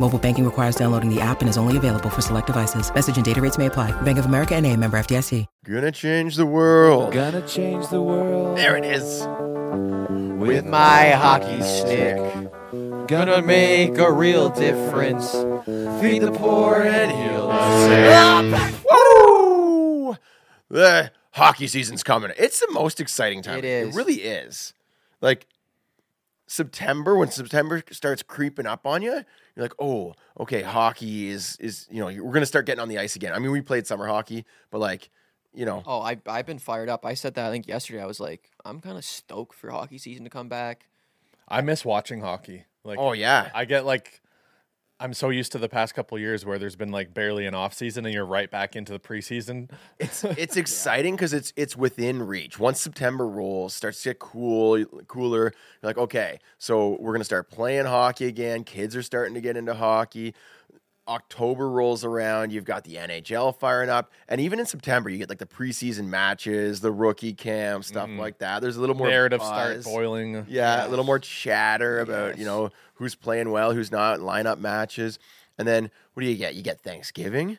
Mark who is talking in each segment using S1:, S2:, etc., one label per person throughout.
S1: Mobile banking requires downloading the app and is only available for select devices. Message and data rates may apply. Bank of America and a member FDIC.
S2: Gonna change the world.
S3: Gonna change the world
S2: There it is. With my hockey stick.
S3: Gonna make a real difference. Feed the poor and heal the
S2: Woo! The hockey season's coming. It's the most exciting time.
S3: It
S2: It
S3: is.
S2: really is. Like September, when September starts creeping up on you, you're like, oh, okay, hockey is is you know we're gonna start getting on the ice again. I mean, we played summer hockey, but like you know,
S4: Oh, I I've been fired up. I said that I think yesterday. I was like, I'm kind of stoked for hockey season to come back.
S5: I miss watching hockey. Like,
S2: oh yeah,
S5: I get like, I'm so used to the past couple years where there's been like barely an off season, and you're right back into the preseason.
S2: it's it's exciting because it's it's within reach. Once September rolls, starts to get cool, cooler. You're like, okay, so we're gonna start playing hockey again. Kids are starting to get into hockey. October rolls around, you've got the NHL firing up, and even in September, you get like the preseason matches, the rookie camp, stuff like that. There's a little more
S5: Mm-hmm. Narrative start
S2: buzz.
S5: boiling.
S2: Yeah, a little more chatter about you know who's playing well, who's not, lineup matches, and then what do you get? You get Thanksgiving,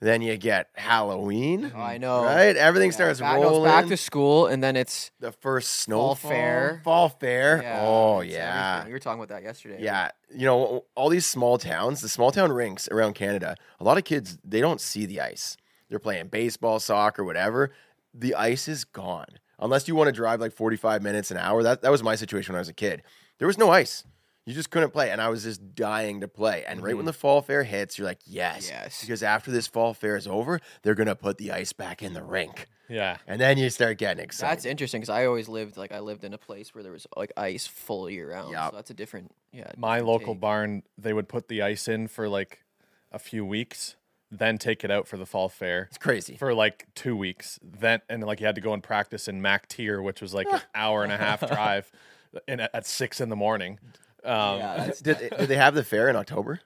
S2: then you get Halloween.
S4: Oh, I know.
S2: right? Everything
S4: Yeah,
S2: starts
S4: back, no, it's
S2: rolling.
S4: back to school, and then it's
S2: the first snowfall,
S4: fall fair.
S2: fall fair.
S4: yeah,
S2: oh
S4: it's
S2: yeah,
S4: everything. We were talking about that yesterday.
S2: yeah. You know, all these small towns, the small town rinks around Canada. A lot of kids they don't see the ice. They're playing baseball, soccer, whatever. The ice is gone. Unless you want to drive like 45 minutes an hour. That that was my situation when I was a kid. There was no ice. You just couldn't play, and I was just dying to play. And right when the fall fair hits, you're like, yes,
S4: Mm-hmm. Yes.
S2: because after this fall fair is over, they're gonna put the ice back in the rink,
S5: Yeah.
S2: and then you start getting excited.
S4: That's interesting because I always lived like I lived in a place where there was like ice full year round.
S2: Yup.
S4: So that's a different yeah.
S5: My
S4: different
S5: local
S4: take.
S5: barn, they would put the ice in for like a few weeks, then take it out for the fall fair.
S2: It's crazy.
S5: For like two weeks, then and like you had to go and practice in Mac Tier, which was like an hour and a half drive, in at, at six in the morning. Um, yeah,
S2: did, did they have the fair in October?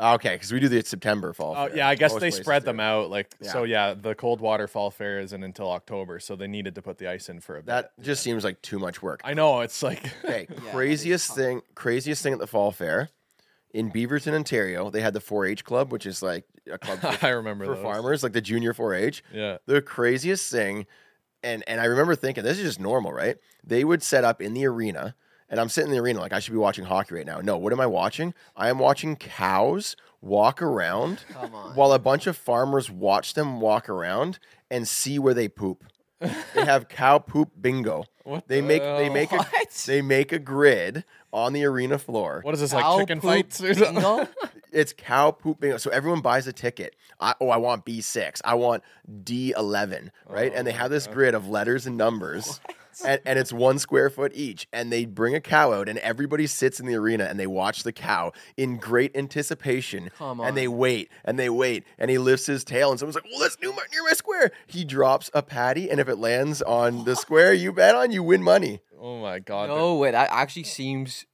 S2: Okay, because we do the September fall.
S5: Oh
S2: fair.
S5: yeah, I guess
S2: Most
S5: they
S2: places
S5: spread
S2: do.
S5: them out. Like
S2: Yeah.
S5: so, yeah. The cold water fall fair isn't until October, so they needed to put the ice in for a bit.
S2: That just seems like too much work.
S5: I know it's like
S2: Okay, craziest thing, craziest thing at the fall fair in Beaverton, Ontario. They had the 4-H club, which is like a club for,
S5: I remember
S2: for
S5: those.
S2: farmers, like the junior 4-H.
S5: Yeah,
S2: The craziest thing, and and I remember thinking this is just normal, right? They would set up in the arena, and I'm sitting in the arena like I should be watching hockey right now. No, what am I watching? I am watching cows walk around
S4: Come on.
S2: while a bunch of farmers watch them walk around and see where they poop. they have cow poop bingo.
S5: What
S2: they
S5: the
S2: make they
S5: hell?
S2: make a, they make a grid on the arena floor.
S5: what is this like
S4: Cow
S5: chicken
S4: poop
S5: fights or something?
S4: bingo?
S2: It's cow poop bingo. So everyone buys a ticket. I, oh, I want B six. I want D eleven. Right, and they
S4: Oh,
S2: have this grid of letters and numbers. And, and it's one square foot each, and they bring a cow out, and everybody sits in the arena and they watch the cow in great anticipation.
S4: Come
S2: And they wait and they wait, and he lifts his tail, and someone's like, "Well, that's new my, near my square." He drops a patty, and if it lands on the square you bet on, you win money.
S5: Oh my god, there's
S4: no way. That actually seems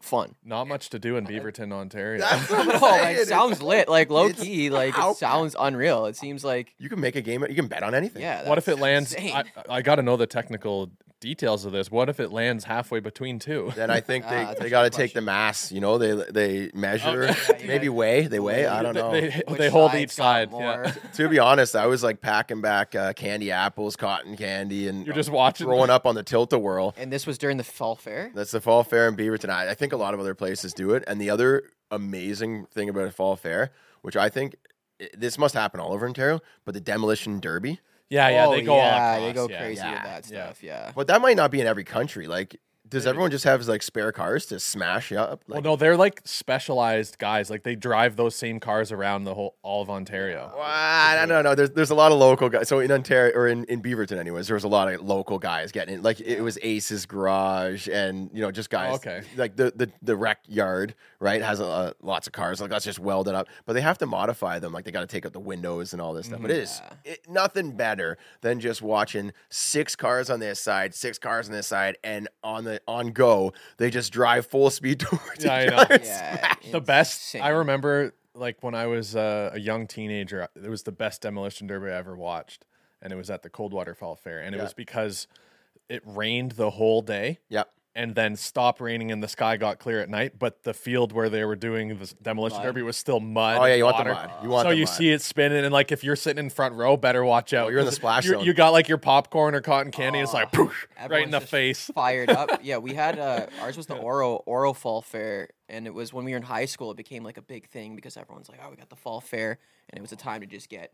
S4: fun.
S5: not much to do in Beaverton, Ontario.
S2: That's what I'm
S4: No, Oh, like,
S2: saying.
S4: sounds lit. Like low
S2: it's
S4: key. Like
S2: how-
S4: it sounds unreal. It seems like
S2: You can make a game. You can bet on anything.
S4: yeah.
S5: what if it
S4: that's
S5: lands?
S4: insane.
S5: I, I got to know the technical details of this. What if it lands halfway between two?
S2: then I think they,
S4: Ah, that's
S2: they
S4: a
S2: got to
S4: good
S2: take the
S4: question.
S2: mass. You know, they they measure,
S4: you
S2: maybe
S4: guys-
S2: weigh, they weigh. I don't know.
S5: They, they
S4: Which
S5: hold
S4: side's got
S5: each side.
S4: more?
S5: Yeah.
S2: to be honest, I was like packing back uh, candy apples, cotton candy, and
S5: You're just watching.
S2: throwing up on the tilt a whirl.
S4: And this was during the fall fair.
S2: That's the fall fair in Beaverton. I, I think a lot of other places do it. And the other amazing thing about a fall fair, which I think i- this must happen all over Ontario, but the demolition derby.
S5: Yeah, yeah,
S4: oh,
S5: they go
S4: yeah,
S5: all
S4: they go
S5: across, yeah.
S4: crazy
S2: Yeah,
S4: with that
S5: yeah.
S4: stuff. Yeah.
S2: But that might not be in every country. Like, does everyone just have like spare cars to smash up? Like,
S5: well, no, they're like specialized guys. Like they drive those same cars around the whole all of Ontario.
S2: Well, I don't know. No, there's there's a lot of local guys. So in Ontario or in, in Beaverton, anyways, there was a lot of local guys getting it. Like it was Ace's Garage, and you know, just guys.
S5: okay.
S2: Like the the the rec yard, right, has uh, lots of cars. Like that's just welded up, but they have to modify them. Like they got to take out the windows and all this stuff. But it is
S5: Mm,
S2: it, nothing better than just watching six cars on this side, six cars on this side, and on the on go, they just drive full speed towards
S5: Yeah, I
S2: each
S5: know.
S2: other.
S4: Yeah.
S5: the best
S4: insane.
S5: I remember like when I was uh, a young teenager, it was the best demolition derby I ever watched, and it was at the Coldwater Fall Fair, and it
S2: Yeah.
S5: was because it rained the whole day.
S2: Yep.
S5: And then stopped raining and the sky got clear at night, but the field where they were doing the demolition derby was still mud.
S2: Oh, yeah,
S5: and
S2: you want the
S5: water.
S2: mud. You want
S5: so
S2: the
S5: you
S2: mud.
S5: see it spinning, and like if you're sitting in front row, better watch out.
S2: you're in the
S5: 'cause
S2: splash
S5: you-
S2: zone.
S5: You got like your popcorn or cotton candy. it's like poof, right in
S4: Everyone's
S5: the
S4: just
S5: face.
S4: Fired up. Yeah, we had uh, ours was the Oro Oro Fall Fair, and it was when we were in high school. It became like a big thing because everyone's like, "Oh, we got the Fall Fair," and it was a time to just get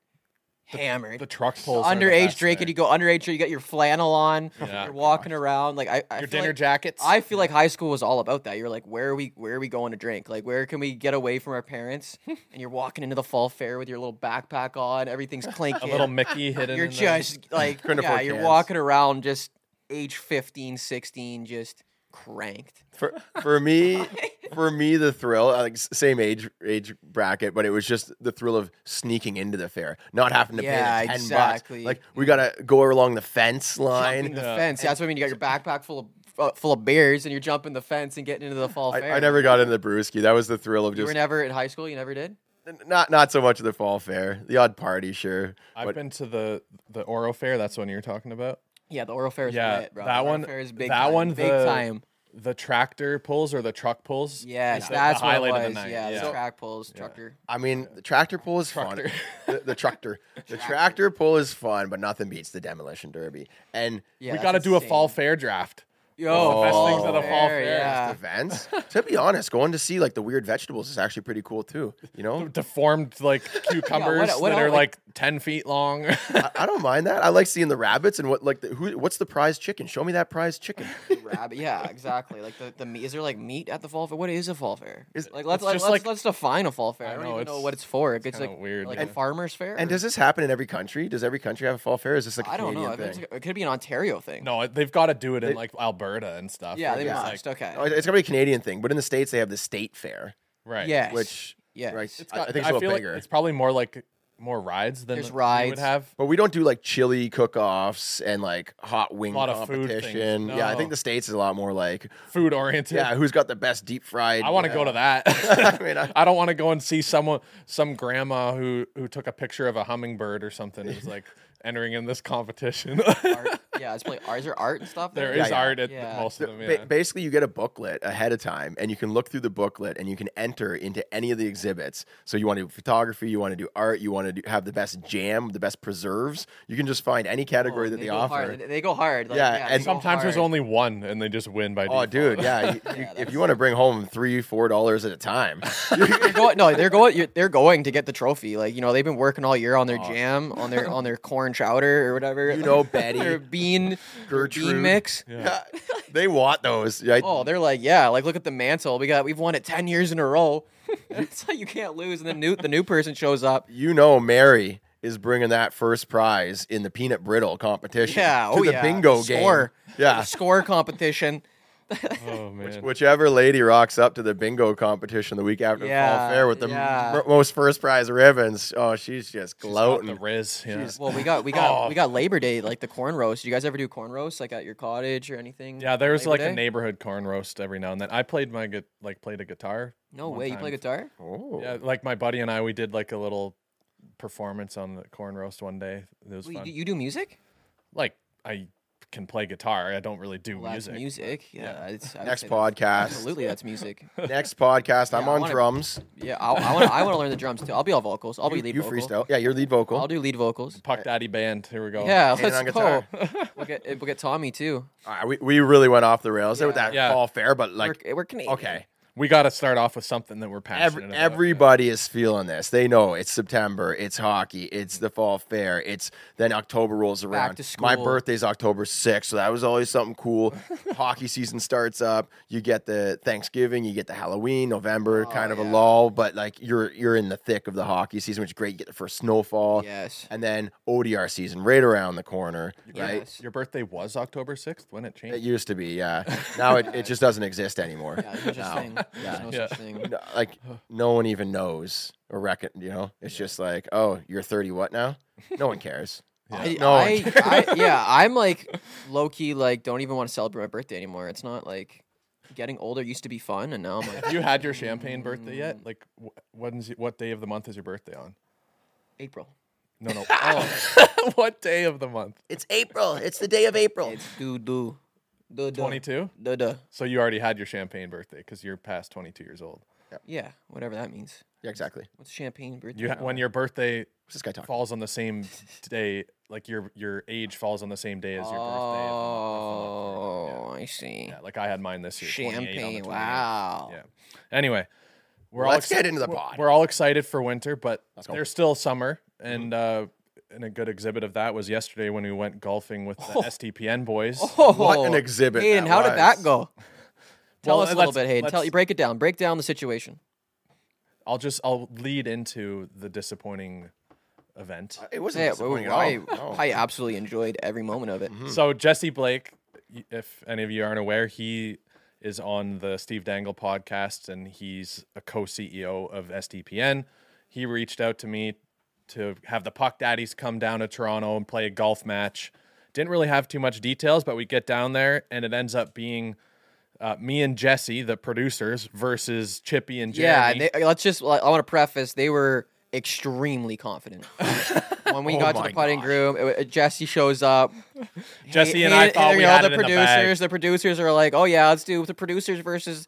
S4: hammered.
S5: The truck pulls. are the
S4: underage
S5: best
S4: drinking,
S5: there.
S4: you go underage, drinking, you got your flannel on,
S5: Yeah.
S4: you're walking around. Like I, I
S5: your
S4: feel
S5: dinner
S4: like-
S5: jackets.
S4: I feel like high school was all about that. You're like, where are we? Where are we going to drink? Like, where can we get away from our parents? and you're walking into the fall fair with your little backpack on, everything's clinking.
S5: a little Mickey hidden.
S4: You're
S5: in there.
S4: just like,
S2: Couldn't
S4: yeah,
S2: afford
S4: you're
S2: cans.
S4: walking around just age 15, 16, just cranked.
S2: for for me for me the thrill uh, like s- same age age bracket but it was just the thrill of sneaking into the fair not having to
S4: Yeah,
S2: pay the 10
S4: exactly.
S2: bucks like we gotta go along the fence
S4: Jumping
S2: line
S4: the fence. That's what I mean. You got your backpack full of uh, full of beers, and you're jumping the fence and getting into the fall fair.
S2: I, I never got into the brewski that was the thrill of
S4: You
S2: just
S4: were never in high school. You never did.
S2: n- not not so much of the fall fair the odd party sure
S5: I've
S2: but
S5: been to the the Oro Fair. That's the one you're talking about.
S4: Yeah, the oral fair is
S5: Yeah,
S4: lit, bro.
S5: that
S4: the oral
S5: one-
S4: fair is big.
S5: that
S4: time,
S5: one,
S4: big
S5: the-
S4: time.
S5: The tractor pulls or the truck pulls.
S4: Yes,
S5: is the- the
S4: that's what it
S5: highlight of the
S4: was.
S5: night,
S4: yeah,
S5: yeah.
S4: the track pulls, trucker.
S2: I mean the tractor pull is
S5: Trucker.
S2: fun the, the tractor the tractor pull is fun but nothing beats the demolition derby and
S4: Yeah,
S5: we got to do a fall fair draft.
S4: Yo,
S5: the best
S4: fall
S5: things of the fall fair is
S4: Yeah.
S2: events to be honest going to see like the weird vegetables is actually pretty cool too you know
S5: Deformed like cucumbers
S4: what
S5: that
S4: all,
S5: are
S4: like-
S5: like ten feet long.
S2: I, I don't mind that. I like seeing the rabbits and what like the, who what's the prize chicken? Show me that prize chicken.
S4: Rabbit. Yeah, exactly. Like the, the meat. Is there like meat at the fall fair? What is a fall fair?
S2: Is-
S4: like let's
S5: it's
S4: like,
S5: just
S4: let's,
S5: like-
S4: let's define a fall fair. I, don't
S5: know,
S4: even know
S5: it's-
S4: what it's for. If it's,
S5: kinda
S4: like
S5: weird,
S4: like
S5: yeah.
S4: a farmer's fair.
S2: And
S4: or-
S2: does this happen in every country? Does every country have a fall fair? Is this like a
S4: I don't know.
S2: Canadian
S4: I mean, it's
S2: thing?
S4: like- it could be an Ontario thing.
S5: no, they've got to do it in like Alberta and stuff.
S4: Yeah,
S5: Like,
S4: they
S5: it's
S4: must.
S5: like-
S4: okay.
S2: Oh, it's gonna be a Canadian thing, but in the states they have the state fair,
S5: right.
S4: yes.
S2: which
S4: yes.
S2: right,
S4: It's
S2: I, I think it's a
S5: feel
S2: little
S5: like
S2: bigger.
S5: it's probably more like more rides than
S4: There's
S5: we would
S4: rides.
S5: have.
S2: but we don't do like chili cook-offs and like hot wing
S5: lot of food things.
S2: competition. Yeah, I
S5: No.
S2: think the states is a lot more like
S5: Food oriented.
S2: yeah, who's got the best deep fried? uh,
S5: I want to go to that.
S2: I mean, I-
S5: I, don't want to go and see someone, some grandma who who took a picture of a hummingbird or something. Who's like entering in this competition.
S4: art. Yeah, it's like art. Is there art and stuff?
S5: there is
S2: Yeah, yeah.
S5: art at
S4: Yeah.
S5: most of them.
S2: Ba-
S5: Yeah.
S2: basically, you get a booklet ahead of time, and you can look through the booklet, and you can enter into any of the exhibits. So you want to do photography, you want to do art, you want to do, have the best jam, the best preserves. You can just find any category that they,
S4: go
S2: offer.
S4: Hard. They- They go hard. Like,
S2: Yeah,
S4: yeah, they
S2: and
S4: go
S5: Sometimes there's
S4: hard.
S5: only one, and they just win by.
S2: Oh,
S5: Default.
S2: dude, yeah. you- you- if you want to bring home three, four dollars at a time,
S4: they're going. No, they're going. You're, they're going to get the trophy. Like you know, they've been working all year on their jam, on their on their corn chowder or whatever.
S2: You know, Betty,
S4: their bean their
S2: Gertrude.
S4: bean mix.
S2: they want those. right?
S4: Oh, they're like, yeah, like look at the mantle. We got we've won it ten years in a row. it's like you can't lose. And the new the new person shows up.
S2: you know, Mary is bringing that first prize in the peanut brittle competition.
S4: Yeah,
S2: to
S4: oh
S2: the
S4: yeah,
S2: bingo
S4: score.
S2: game. Yeah,
S4: Score competition.
S5: Oh man.
S2: Whichever lady rocks up to the bingo competition the week after the fall
S4: Yeah,
S2: fair with the
S4: yeah.
S2: m- most first prize ribbons, oh, she's just
S5: the
S2: gloating.
S5: Riz. Yeah.
S4: Well, we got we got
S2: Oh.
S4: we got Labor Day, like the corn roast. Do you guys ever do corn roast, like at your cottage or anything?
S5: Yeah, there was
S4: Labor
S5: like a
S4: Day?
S5: neighborhood corn roast every now and then. I played my gu- like played a guitar.
S4: No
S5: one
S4: way, you
S5: time.
S4: play guitar?
S2: Oh.
S5: Yeah, like my buddy and I, we did like a little performance on the corn roast one day. It was
S4: Wait,
S5: fun.
S4: do you do music?
S5: like I can play guitar. I don't really do
S4: Well,
S5: music.
S4: That's music. Yeah. It's, I would
S2: Next
S4: say that's-
S2: podcast.
S4: Absolutely, that's music.
S2: Next podcast. I'm
S4: Yeah, I
S2: on
S4: wanna-
S2: drums.
S4: Yeah, I, I want I want to learn the drums too. I'll be all vocals. I'll be lead
S2: You
S4: vocal.
S2: freestyle. Yeah, you're lead vocal.
S4: I'll do lead vocals.
S5: Puck Daddy Band. Here we go.
S4: Yeah,
S2: And on
S4: let's go.
S2: guitar.
S4: We'll get we'll get Tommy too.
S2: All right, we, we really went off the rails there with that
S5: Yeah.
S2: fall fair, but like,
S4: we're, we're Canadian.
S2: okay.
S5: we got to start off with something that we're passionate
S2: Every,
S5: about.
S2: everybody is feeling this. They know it's September, it's hockey, it's the fall fair, it's then October rolls around.
S4: to
S2: My
S4: school.
S2: birthday's October 6th, so that was always something cool. hockey season starts up. You get the Thanksgiving, you get the Halloween, November,
S4: Oh,
S2: kind of a lull, but like you're you're in the thick of the hockey season, which is great. You get the first snowfall.
S4: Yes.
S2: And then ODR season right around the corner, right?
S4: Yes.
S5: Your birthday was October 6th when it changed.
S2: It used to be, Uh, yeah. Now it, it just doesn't exist anymore.
S4: Yeah, there's no such thing. There's no such thing.
S2: no- like no one even knows or reckon you know it's just like oh you're 30 what now no one cares
S4: I,
S2: No one cares.
S4: I, I, yeah, I'm like low key, like, don't even want to celebrate my birthday anymore. It's not like getting older used to be fun, and now I'm like
S5: Have you had your champagne birthday yet?
S4: Mm.
S5: Like, wh- when's y- what day of the month is your birthday on?
S4: April.
S5: No, no. Oh. what day of the month?
S2: it's april it's the day of april
S4: It's do do. Do do.
S5: 22.
S4: Do do.
S5: So you already had your champagne birthday because you're past 22 years old.
S4: Yeah, whatever that means.
S2: yeah exactly
S4: What's champagne birthday?
S5: You ha- when your birthday
S2: what's this guy talking
S5: falls on the same day, like your your age falls on the same day as your birthday.
S4: Oh, I see.
S5: Yeah, like I had mine this year. 28 on the
S4: Champagne.
S5: 28th.
S4: Wow.
S5: Yeah. Anyway, we're
S2: Let's
S5: all
S2: get into the
S5: we're-
S2: pod.
S5: We're all excited for winter, but there's still summer, and
S4: Mm-hmm.
S5: uh, and a good exhibit of that was yesterday when we went golfing with the STPN boys.
S4: Oh,
S2: What an exhibit
S4: Hayden,
S2: that
S4: how did that
S2: was.
S4: go? Tell
S5: Well,
S4: us a little
S5: let's-
S4: bit, Hayden. Tell
S5: let's-
S4: you break it down. Break down the situation.
S5: I'll just I'll lead into the disappointing event.
S2: it wasn't
S4: Yeah, well,
S2: disappointing
S4: I,
S2: at all. No.
S4: I absolutely enjoyed every moment of it.
S5: So Jesse Blake, y- if any of you aren't aware, he is on the Steve Dangle podcast, and he's a co-CEO of SDPN. He reached out to me to have the Puck Daddies come down to Toronto and play a golf match. Didn't really have too much details, but we get down there, and it ends up being uh, me and Jesse, the producers, versus Chippy and Jeremy.
S4: Yeah, and they, let's just. I want to preface. They were extremely confident when we got to
S2: my
S4: the putting
S2: gosh.
S4: room. It, it- Jesse shows up.
S5: Jesse and
S4: Hayden-
S5: I thought
S4: you
S5: we
S4: know,
S5: had
S4: the
S5: it in the
S4: producers.
S5: bag.
S4: the producers are like, "Oh yeah, let's do the producers versus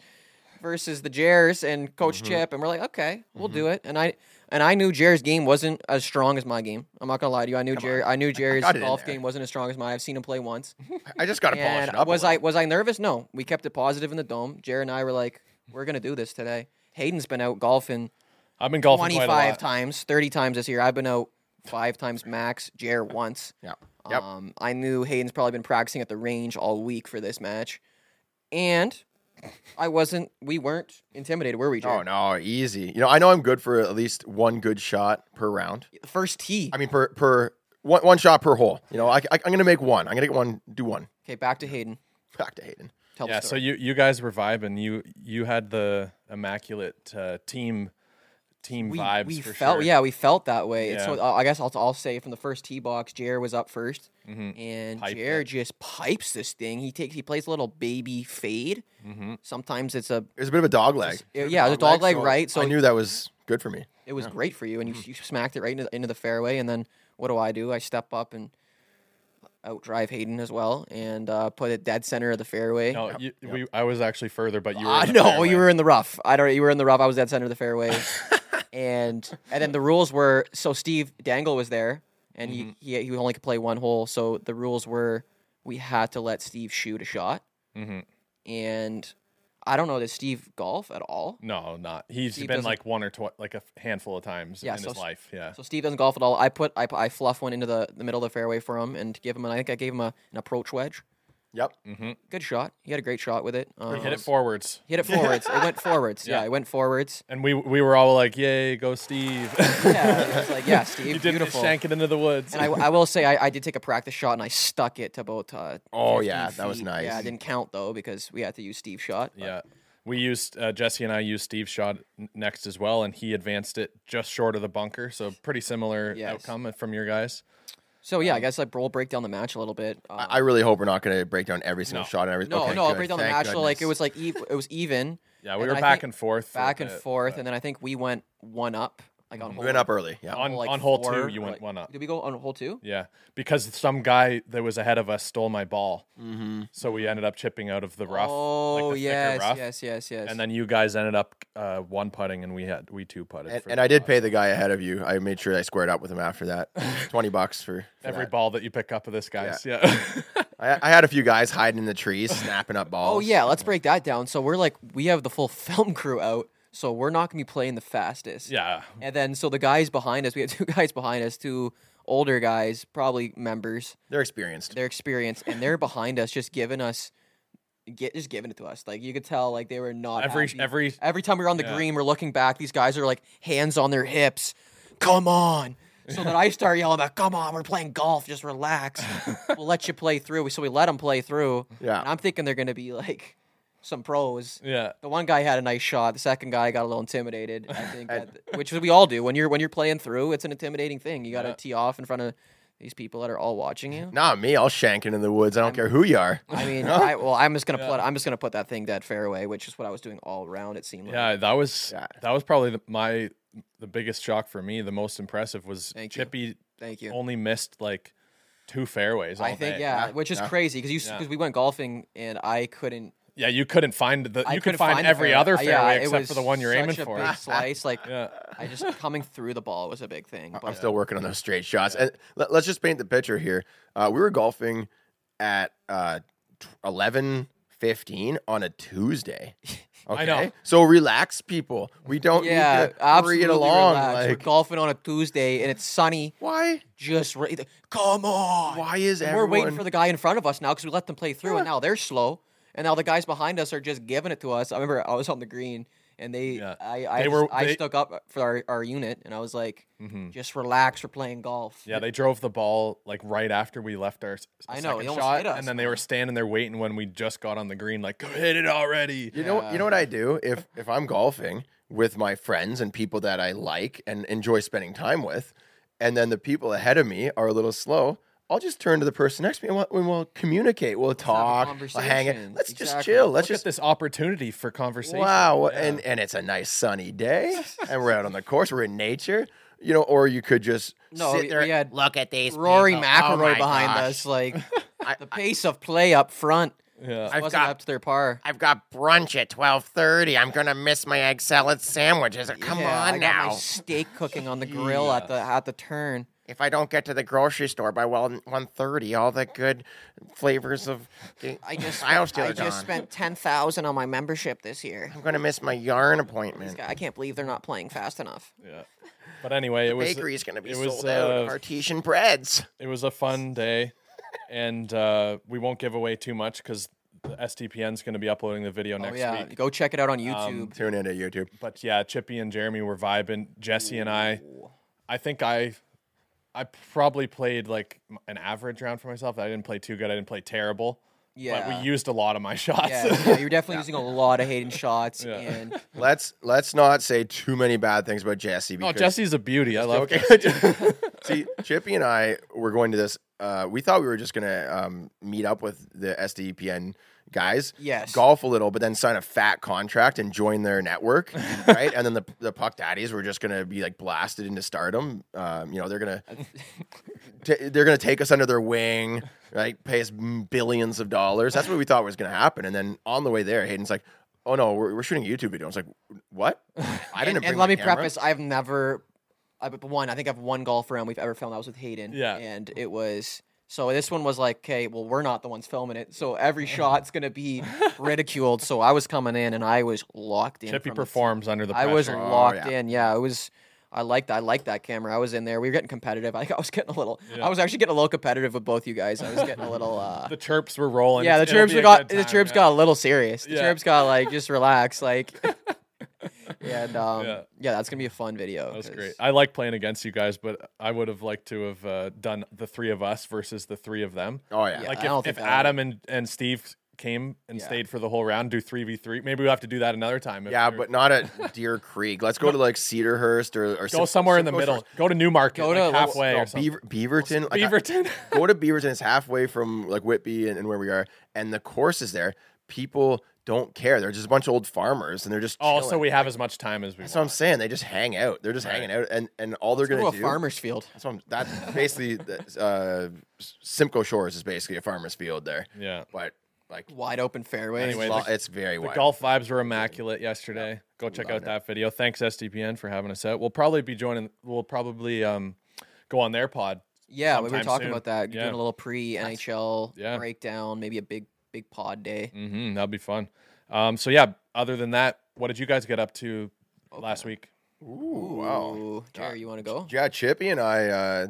S4: versus the Jers and Coach Chip," and we're like, "Okay, we'll do it." And I and I knew Jer's game wasn't as strong as my game. I'm not gonna lie to you. I knew Jer. I knew Jer's
S2: got it in
S4: golf
S2: there.
S4: game wasn't as strong as mine. I've seen him play once.
S2: i just gotta polish
S4: And
S2: it up a
S4: was
S2: little.
S4: I was I nervous? No, we kept it positive in the dome. Jer and I were like, "We're gonna do this today." Hayden's been out golfing
S5: I've been golfing quite a
S4: 25
S5: lot.
S4: times, 30 times this year. I've been out five times max, Jer once.
S2: yeah yep
S4: Um, I knew Hayden's probably been practicing at the range all week for this match. And I wasn't, we weren't intimidated, were we, Jer?
S2: oh no easy you know i know i'm good for at least one good shot per round
S4: First tee.
S2: i mean per per one, one shot per hole you know I, I, i'm gonna make one i'm gonna get one do one
S4: okay, back to Hayden.
S2: back to hayden
S4: Tell
S5: yeah
S4: the
S5: so
S4: story.
S5: you you guys were vibing you you had the immaculate uh, team team
S4: we,
S5: vibes
S4: we
S5: for
S4: felt,
S5: sure
S4: yeah, we felt that way. It's
S5: Yeah.
S4: So uh, I guess I'll, I'll say from the first tee box, Jer was up 1st
S5: Mm-hmm.
S4: and
S5: Piped
S4: Jer just pipes this thing. He takes, he plays a little baby fade.
S5: Mm-hmm.
S4: Sometimes it's a,
S2: it was a bit of a dog leg
S4: yeah, it was a dog leg, right?
S2: so i knew that was good for me
S4: it was great for you, and you,
S5: Mm-hmm.
S4: you smacked it right into, into the fairway. And then what do I do? I step up and outdrive Hayden as well, and uh, put it dead center of the fairway.
S5: no you, we I was actually further but you were
S4: Ah,
S5: in the
S4: no,
S5: fairway.
S4: you were in the rough. I don't. You were in the rough. I was dead center of the fairway, and and then the rules were so Steve Dangle was there, and
S5: Mm-hmm.
S4: he, he he only could play one hole. So the rules were we had to let Steve shoot a shot,
S5: Mm-hmm.
S4: and I don't know. Does Steve golf at all?
S5: no not He's
S4: Steve
S5: been
S4: doesn't-
S5: like one or twi- like a handful of times
S4: Yeah,
S5: in
S4: so
S5: his
S4: s-
S5: life yeah
S4: So Steve doesn't golf at all. I put I, I fluff one into the, the middle of the fairway for him and give him an, I think I gave him a, an approach wedge.
S2: yep
S4: Good shot. He had a great shot with it. Um,
S5: hit it forwards
S4: hit it forwards. it went forwards. Yeah,
S5: Yeah.
S4: it went forwards.
S5: and we we were all like yay go Steve
S4: Yeah, it was like yeah, Steve,
S5: you didn't
S4: beautiful.
S5: shank it into the woods
S4: And I, I will say I, I did take a practice shot and I stuck it to about. Uh,
S2: Oh,
S4: 15
S2: yeah, that was
S4: feet.
S2: nice.
S4: Yeah, I didn't count though because we had to use Steve's shot. but
S5: yeah we used uh, Jesse and I used Steve's shot n- next as well and he advanced it just short of the bunker so pretty similar
S4: Yes.
S5: outcome from your guys
S4: So yeah, I guess like we'll break down the match a little bit. Um,
S2: I really hope we're not going to break down every single shot and everything.
S4: no,
S2: Okay,
S4: no, I'll
S2: good.
S4: break down the
S2: Thank
S4: match. So like it
S2: goodness.
S4: was like ev- it was even.
S5: yeah
S4: and
S5: we were
S4: then I
S5: back
S4: think-
S5: and forth for a
S4: back and
S5: bit.
S4: forth, and then I think we went one up Like on hole
S2: We went up early. Yeah.
S5: On-
S4: like
S5: hole two,
S4: four,
S5: you
S4: or,
S5: went
S4: like-
S5: one up.
S4: Did we go on hole two?
S5: Yeah, because some guy that was ahead of us stole my ball, so we ended up chipping out of the rough. like
S4: Mm-hmm. Oh
S5: the thicker
S4: yes,
S5: rough.
S4: yes, yes, yes.
S5: And then you guys ended up uh, one putting, and we had we two putted.
S2: and,
S5: for
S2: and
S5: the
S2: I did
S5: pot.
S2: pay the guy ahead of you. I made sure I squared up with him after that. Twenty bucks for, for
S5: every
S2: that.
S5: ball that you pick up of this guy's. Yeah,
S2: I, I had a few guys hiding in the trees, snapping up balls.
S4: Oh yeah, let's break that down. So we're like, we have the full film crew out, so we're not gonna be playing the fastest.
S5: yeah.
S4: And then so the guys behind us, we have two guys behind us, two older guys, probably members,
S2: they're experienced.
S4: their experience, and they're behind us, just giving us, get just giving it to us. Like you could tell, like they were not
S5: Every
S4: happy.
S5: every
S4: Every time we're on the green, we're looking back. These guys are like hands on their hips. Come on. So then I start yelling out, "Come on, we're playing golf. Just relax. we'll let you play through." So we let them play through.
S2: Yeah.
S4: And I'm thinking they're gonna be like some pros.
S5: yeah.
S4: The one guy had a nice shot. The second guy got a little intimidated. I think, that, which we all do when you're when you're playing through. It's an intimidating thing. You got to tee off in front of these people that are all watching you.
S2: Not me. I'll shank it in the woods. I don't care who you are.
S4: I mean, I, well, I'm just gonna put I'm just gonna put that thing dead fairway, which is what I was doing all around. It seemed like.
S5: Yeah, that was
S2: Yeah.
S5: that was probably the, my the biggest shock for me. The most impressive was
S4: Thank you.
S5: Chippy
S4: Thank you.
S5: only missed like two fairways. All
S4: I think
S5: day.
S4: yeah,
S2: Yeah,
S4: which is
S2: yeah.
S4: crazy because you because we went golfing and I couldn't.
S5: yeah. You couldn't find the
S4: I
S5: you could
S4: couldn't
S5: find,
S4: the
S5: every
S4: fairway.
S5: other
S4: Uh,
S5: fairway
S4: yeah, it
S5: except
S4: was
S5: for the one you're aiming
S4: such a
S5: for.
S4: Big slice, like
S5: Yeah.
S4: I just coming through the ball was a big thing. But
S2: I'm still working on those straight shots. And let, us just paint the picture here. Uh, we were golfing at uh, t- 11:15 on a Tuesday. Okay,
S5: I know.
S2: so relax, people. We don't
S4: yeah,
S2: need to hurry
S4: absolutely.
S2: it along.
S4: relaxed. We're
S2: Like,
S4: golfing on a Tuesday and it's sunny.
S2: why?
S4: Just re- come on.
S2: Why is
S4: Oh, And
S2: everyone?
S4: We're waiting for the guy in front of us now because we let them play through, and now they're slow, and now the guys behind us are just giving it to us. I remember I was on the green, and they,
S5: Yeah.
S4: I, I,
S5: They
S4: just-
S5: were-
S4: I
S5: they- Mm-hmm.
S4: stuck up for our, our unit, and I was like, just relax, we're playing golf.
S5: Yeah, they drove the ball like right after we left our. s-
S4: I know,
S5: second
S4: they almost
S5: shot,
S4: hit us,
S5: and then they were standing there waiting when we just got on the green, like go hit it already.
S2: You know, you know what I do if if I'm golfing with my friends and people that I like and enjoy spending time with, and then the people ahead of me are a little slow. I'll just turn to the person next to me and we'll, and we'll communicate. We'll
S4: have a
S2: talk. We'll hang it.
S4: conversation.
S2: Let's just
S4: Exactly.
S2: chill. Let's
S5: Look at
S2: just
S5: this opportunity for conversation.
S2: wow. And and it's a nice sunny day, and we're out on the course. We're in nature. You know, or you could just
S4: No,
S2: sit
S4: we-
S2: there.
S4: we had
S2: look at these
S4: Rory
S2: people. Oh
S4: McIlroy
S2: my
S4: behind
S2: gosh.
S4: us, like the pace of play up front
S5: Yeah.
S4: wasn't
S2: got-
S4: up to their par.
S2: I've got brunch at twelve thirty. I'm gonna miss my egg salad sandwiches. Come
S4: Yeah,
S2: on
S4: I got
S2: now.
S4: my steak cooking on the grill at the at the turn.
S2: if I don't get to the grocery store by well one thirty, all the good flavors of
S4: I just
S2: I'll
S4: spent,
S2: steal
S4: I
S2: it,
S4: just
S2: John.
S4: spent ten thousand on my membership this year.
S2: I'm gonna miss my yarn appointment.
S4: I can't believe they're not playing fast enough.
S5: But anyway, it was
S2: Bakery's gonna be
S5: it was,
S2: sold out of
S5: uh,
S2: artesian breads.
S5: it was a fun day, and uh, we won't give away too much because the SDPN's going to Um, be uploading the video
S4: Oh,
S5: next
S4: yeah,
S5: week.
S4: go check it out on YouTube.
S2: Tune into YouTube.
S5: But yeah, Chippy and Jeremy were vibing. Jesse and I, I think I, I probably played like m- an average round for myself. I didn't play too good. I didn't play terrible. But
S4: Yeah.
S5: we used a lot of my shots.
S4: yeah, yeah, you're definitely using a lot of Hayden shots, and
S2: Let's let's not say too many bad things about Jesse.
S5: no,
S2: Because,
S5: Jesse's a beauty. I love.
S2: Okay.
S5: Jesse.
S2: See, Chippy and I were going to this. Uh, we thought we were just gonna um, meet up with the SDPN guys,
S4: Yes.
S2: golf a little, but then sign a fat contract and join their network, right? And then the the puck daddies were just gonna be like blasted into stardom. Um, you know, they're gonna ta they're gonna take us under their wing, right? Pay us billions of dollars. That's what we thought was gonna happen. And then on the way there, Hayden's like. Oh no, we're, we're shooting a YouTube video. I was like, "What? I didn't."
S4: and,
S2: bring
S4: and
S2: my
S4: let me
S2: camera."
S4: preface: I've never, I but one, I think I've one golf round we've ever filmed. That was with Hayden,
S5: Yeah.
S4: and it was. So this one was like, okay, well, we're not the ones filming it, so every shot's gonna be ridiculed. So I was coming in and I was locked in.
S5: Chippy
S4: from the
S5: performs under the
S4: I
S5: pressure. Oh,
S4: was locked
S2: yeah.
S4: in. Yeah, I was. I liked. I liked that camera. I was in there. We were getting competitive. I, think I was getting a little. I was actually getting a little competitive with both you guys. I was getting a little. Uh,
S5: the chirps were rolling.
S4: yeah, the
S5: It's- it'll
S4: chirps
S5: be a
S4: got.
S5: good
S4: the
S5: time,
S4: chirps
S5: yeah.
S4: got a little serious. The
S5: Yeah.
S4: chirps got like just relax, like. and um, yeah.
S5: Yeah.
S4: that's gonna be a fun video.
S5: That was
S4: 'cause-
S5: great. I like playing against you guys, but I would have liked to have uh, done the three of us versus the three of them.
S2: Oh yeah,
S4: Yeah.
S5: like
S4: I don't
S5: if,
S4: think that
S5: if
S4: would-
S5: Adam and, and Steve came and stayed for the whole round, do three v three. Maybe we'll have to do that another time. if
S2: Yeah,
S5: they're-
S2: but not at Deer Creek. Let's go to like Cedarhurst or, or
S5: go
S2: Sim-
S5: somewhere in the
S2: Simcoe
S5: middle.
S2: Shores.
S5: Go to Newmarket,
S4: Go
S5: go
S4: to-
S5: to like
S4: let's-
S5: halfway
S2: No,
S5: or something.
S2: oh, Beaver, Beaverton. Like, I-
S5: Beaverton.
S2: go to Beaverton. It's halfway from like Whitby and, and where we are, and the course is there. People don't care. They're just a bunch of old farmers, and they're just
S5: Also,
S2: chilling.
S5: we have as much time as we
S2: That's what I'm
S5: want.
S2: saying. They just hang out. They're just hanging out, and and all they're
S4: Go
S2: gonna
S4: to
S2: do.
S4: a farmer's field.
S2: That's what I'm, that's basically the- uh, Simcoe Shores is basically a farmer's field there.
S5: Yeah.
S2: but like
S4: Wide open fairways.
S5: Anyway,
S2: lo-
S5: the-
S2: it's very
S5: The
S2: wide.
S5: golf vibes were immaculate yesterday. Go check out that video. Thanks SDPN for having us out. We'll probably be joining. We'll probably um, go on their pod.
S4: Yeah, we were
S5: sometime
S4: talking
S5: soon.
S4: about that. You're
S5: Yeah.
S4: Doing a little pre NHL
S5: Yeah.
S4: breakdown, maybe a big big pod day.
S5: Mm-hmm, that'll be fun. Um, so yeah. Other than that, what did you guys get up to last week?
S2: Ooh, wow.
S4: Ooh, Jerry, you want to go?
S2: Yeah, Chippy and I uh,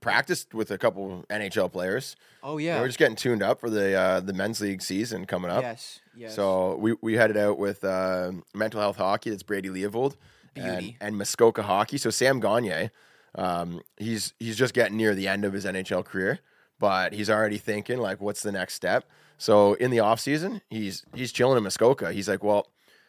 S2: practiced with a couple NHL players.
S4: Oh
S2: We
S4: yeah.
S2: We're just getting tuned up for the uh, the men's league season coming up.
S4: yes. Yes.
S2: So we, we headed out with uh, mental health hockey. That's Brady Leovold and,
S4: Beauty.
S2: and Muskoka hockey. So Sam Gagne, um, he's he's just getting near the end of his NHL career, but he's already thinking like, what's the next step? So in the off season, he's he's chilling in Muskoka. He's like, well,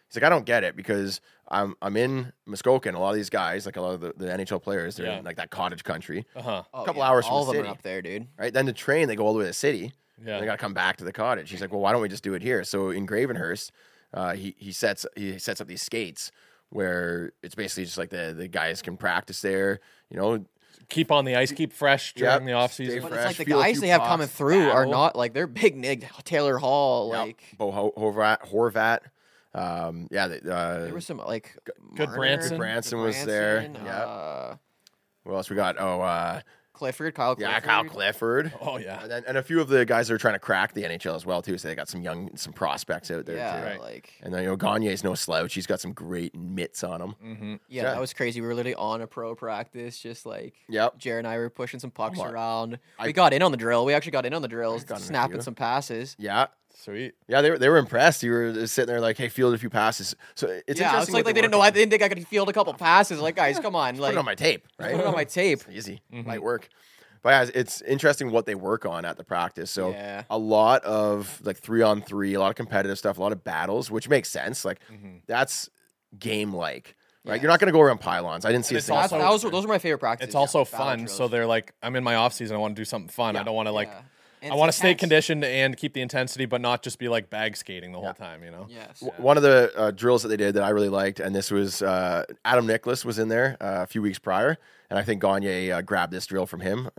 S2: he's like, I don't get it because I'm I'm in Muskoka and a lot of these guys, like a lot of the, the NHL players, they're
S5: Yeah.
S2: in like that cottage country,
S5: Uh huh.
S4: Oh,
S2: couple
S4: yeah,
S2: hours from
S4: All
S2: the
S4: of them
S2: city.
S4: are up there, dude.
S2: right? Then the train, they go all the way to the city.
S5: Yeah.
S2: They got to come back to the cottage. He's like, well, why don't we just do it here? So in Gravenhurst, uh, he he sets he sets up these skates where it's basically just like the the guys can practice there. You know,
S5: Keep on the ice. Keep fresh during
S2: Yep,
S5: the off season.
S2: stay
S4: But
S2: fresh,
S4: it's like the
S2: feel a
S4: guys
S2: few
S4: they have coming
S2: pucks,
S4: through are
S2: battle.
S4: not like they're big Nick Taylor Hall.
S2: yeah,
S4: Like
S2: Bo Ho- Horvat, Horvat. Um, yeah, the, uh,
S4: there was some like
S5: good
S4: Marner,
S5: Branson. Good
S2: Branson was there,
S4: Branson,
S2: yeah.
S4: uh,
S2: what else we got? Oh, uh,
S4: Clifford, Kyle Clifford.
S2: yeah, Kyle Clifford.
S5: Oh yeah.
S2: And, then, and a few of the guys that are trying to crack the NHL as well too. So they got some young, some prospects out there
S4: Yeah,
S2: too.
S5: Right.
S4: like
S2: And then you know Gagne's no slouch. He's got some great mitts on him.
S5: Mm-hmm.
S4: yeah,
S2: Yeah.
S4: that was crazy. We were literally on a pro practice, just like
S2: Yep.
S4: Jared and I were pushing some pucks
S2: on.
S4: around.
S2: I-
S4: we got in on the drill. We actually got in on the drills,
S2: got in a
S4: snapping
S2: few.
S4: some passes.
S2: Yeah.
S5: Sweet.
S2: Yeah, they were, they were impressed. You were just sitting there like, hey, field a few passes. So it's
S4: yeah, it's
S2: interesting.
S4: like,
S2: what
S4: like they didn't know.
S2: work
S4: I
S2: on.
S4: they didn't think I could field a couple passes. Like, guys, come on, like
S2: put it on my tape, right?
S4: put it on my Mm-hmm. tape.
S2: easy, light work. But yeah, it's- it's interesting what they work on at the practice. So
S4: Yeah.
S2: a lot of like three on three, a lot of competitive stuff, a lot of battles, which makes sense. Like
S4: Mm-hmm.
S2: that's game like, right? You're not going to go around pylons. I didn't see a
S5: it's
S2: single
S4: That's,
S5: also-
S4: that was, those were my favorite practices.
S5: It's
S4: yeah,
S5: also
S4: battle
S5: fun.
S4: drills.
S5: So they're like, I'm in my off season. I want to do something fun. I don't want to like.
S4: Yeah. And
S5: I
S4: it's
S5: want to stay
S4: intense.
S5: conditioned and keep the intensity, but not just be like bag skating the whole time. You know.
S4: Yes.
S2: W- One of the uh, drills that they did that I really liked, and this was uh, Adam Nicholas was in there uh, a few weeks prior, and I think Gagne uh, grabbed this drill from him,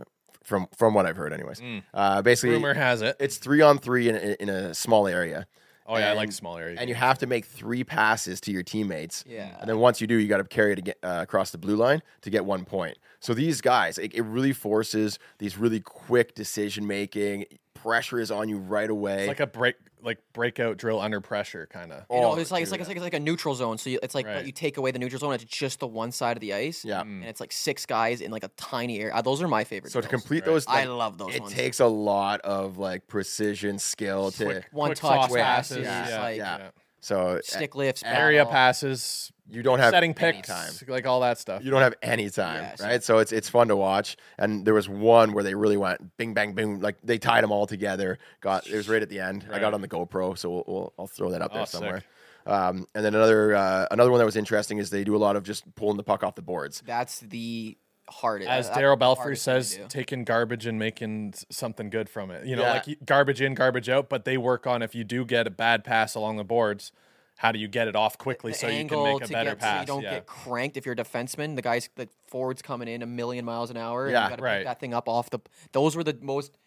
S2: from from what I've heard, anyways. Uh, basically,
S5: Mm. Rumor has it.
S2: it's three on three in, in, in a small area,
S5: Oh yeah, I like
S2: and-
S5: small area.
S2: and you have to make three passes to your teammates.
S4: Yeah.
S2: And then once you do, you got to carry it aga- uh, across the blue line to get one point. So these guys, it, it really forces these really quick decision making. Pressure is on you right away.
S5: It's like a break, like breakout drill under pressure, kind of.
S4: You know,
S2: Oh,
S4: it's like it's like, it's like it's like a neutral zone. So you, it's like
S5: Right.
S4: you take away the neutral zone. It's just the one side of the ice.
S2: Yeah.
S5: Mm.
S4: And it's like six guys in like a tiny area. Uh, those are my favorite.
S2: so to
S4: drills.
S2: complete those,
S4: I
S2: like,
S4: love those
S2: It
S4: ones.
S2: takes a lot of like precision, skill to
S4: one
S5: Quick
S4: touch
S5: sauce
S4: passes,
S5: passes, yeah,
S4: like
S2: yeah. So uh,
S4: stick lifts,
S5: area
S4: battle.
S5: passes,
S2: you don't have
S5: setting
S2: any
S5: picks,
S2: time.
S5: like all that stuff.
S2: You don't have any time,
S4: Yes.
S2: right? So it's it's fun to watch. And there was one where they really went bing bang boom, like they tied them all together. Got it was right at the end. I got on the GoPro, so we'll, we'll I'll throw that up
S5: Oh,
S2: there
S5: sick.
S2: somewhere. Um, and then another uh, another one that was interesting is they do a lot of just pulling the puck off the boards.
S4: That's the hardest. uh,
S5: As
S4: that's the
S5: Daryl Belfry
S4: hardest thing to
S5: says,
S4: do.
S5: taking garbage and making s- something good from it. You know,
S2: Yeah.
S5: like you- garbage in, garbage out. But they work on if you do get a bad pass along the boards, how do you get it off quickly
S4: the
S5: so you can
S4: angle
S5: make a
S4: to
S5: better
S4: get,
S5: pass?
S4: So you don't
S5: yeah.
S4: get cranked if you're a defenseman. The guys, the forwards coming in a million miles an hour. and
S2: Yeah,
S4: you gotta
S5: right.
S4: Pick that thing up off the. Those were the most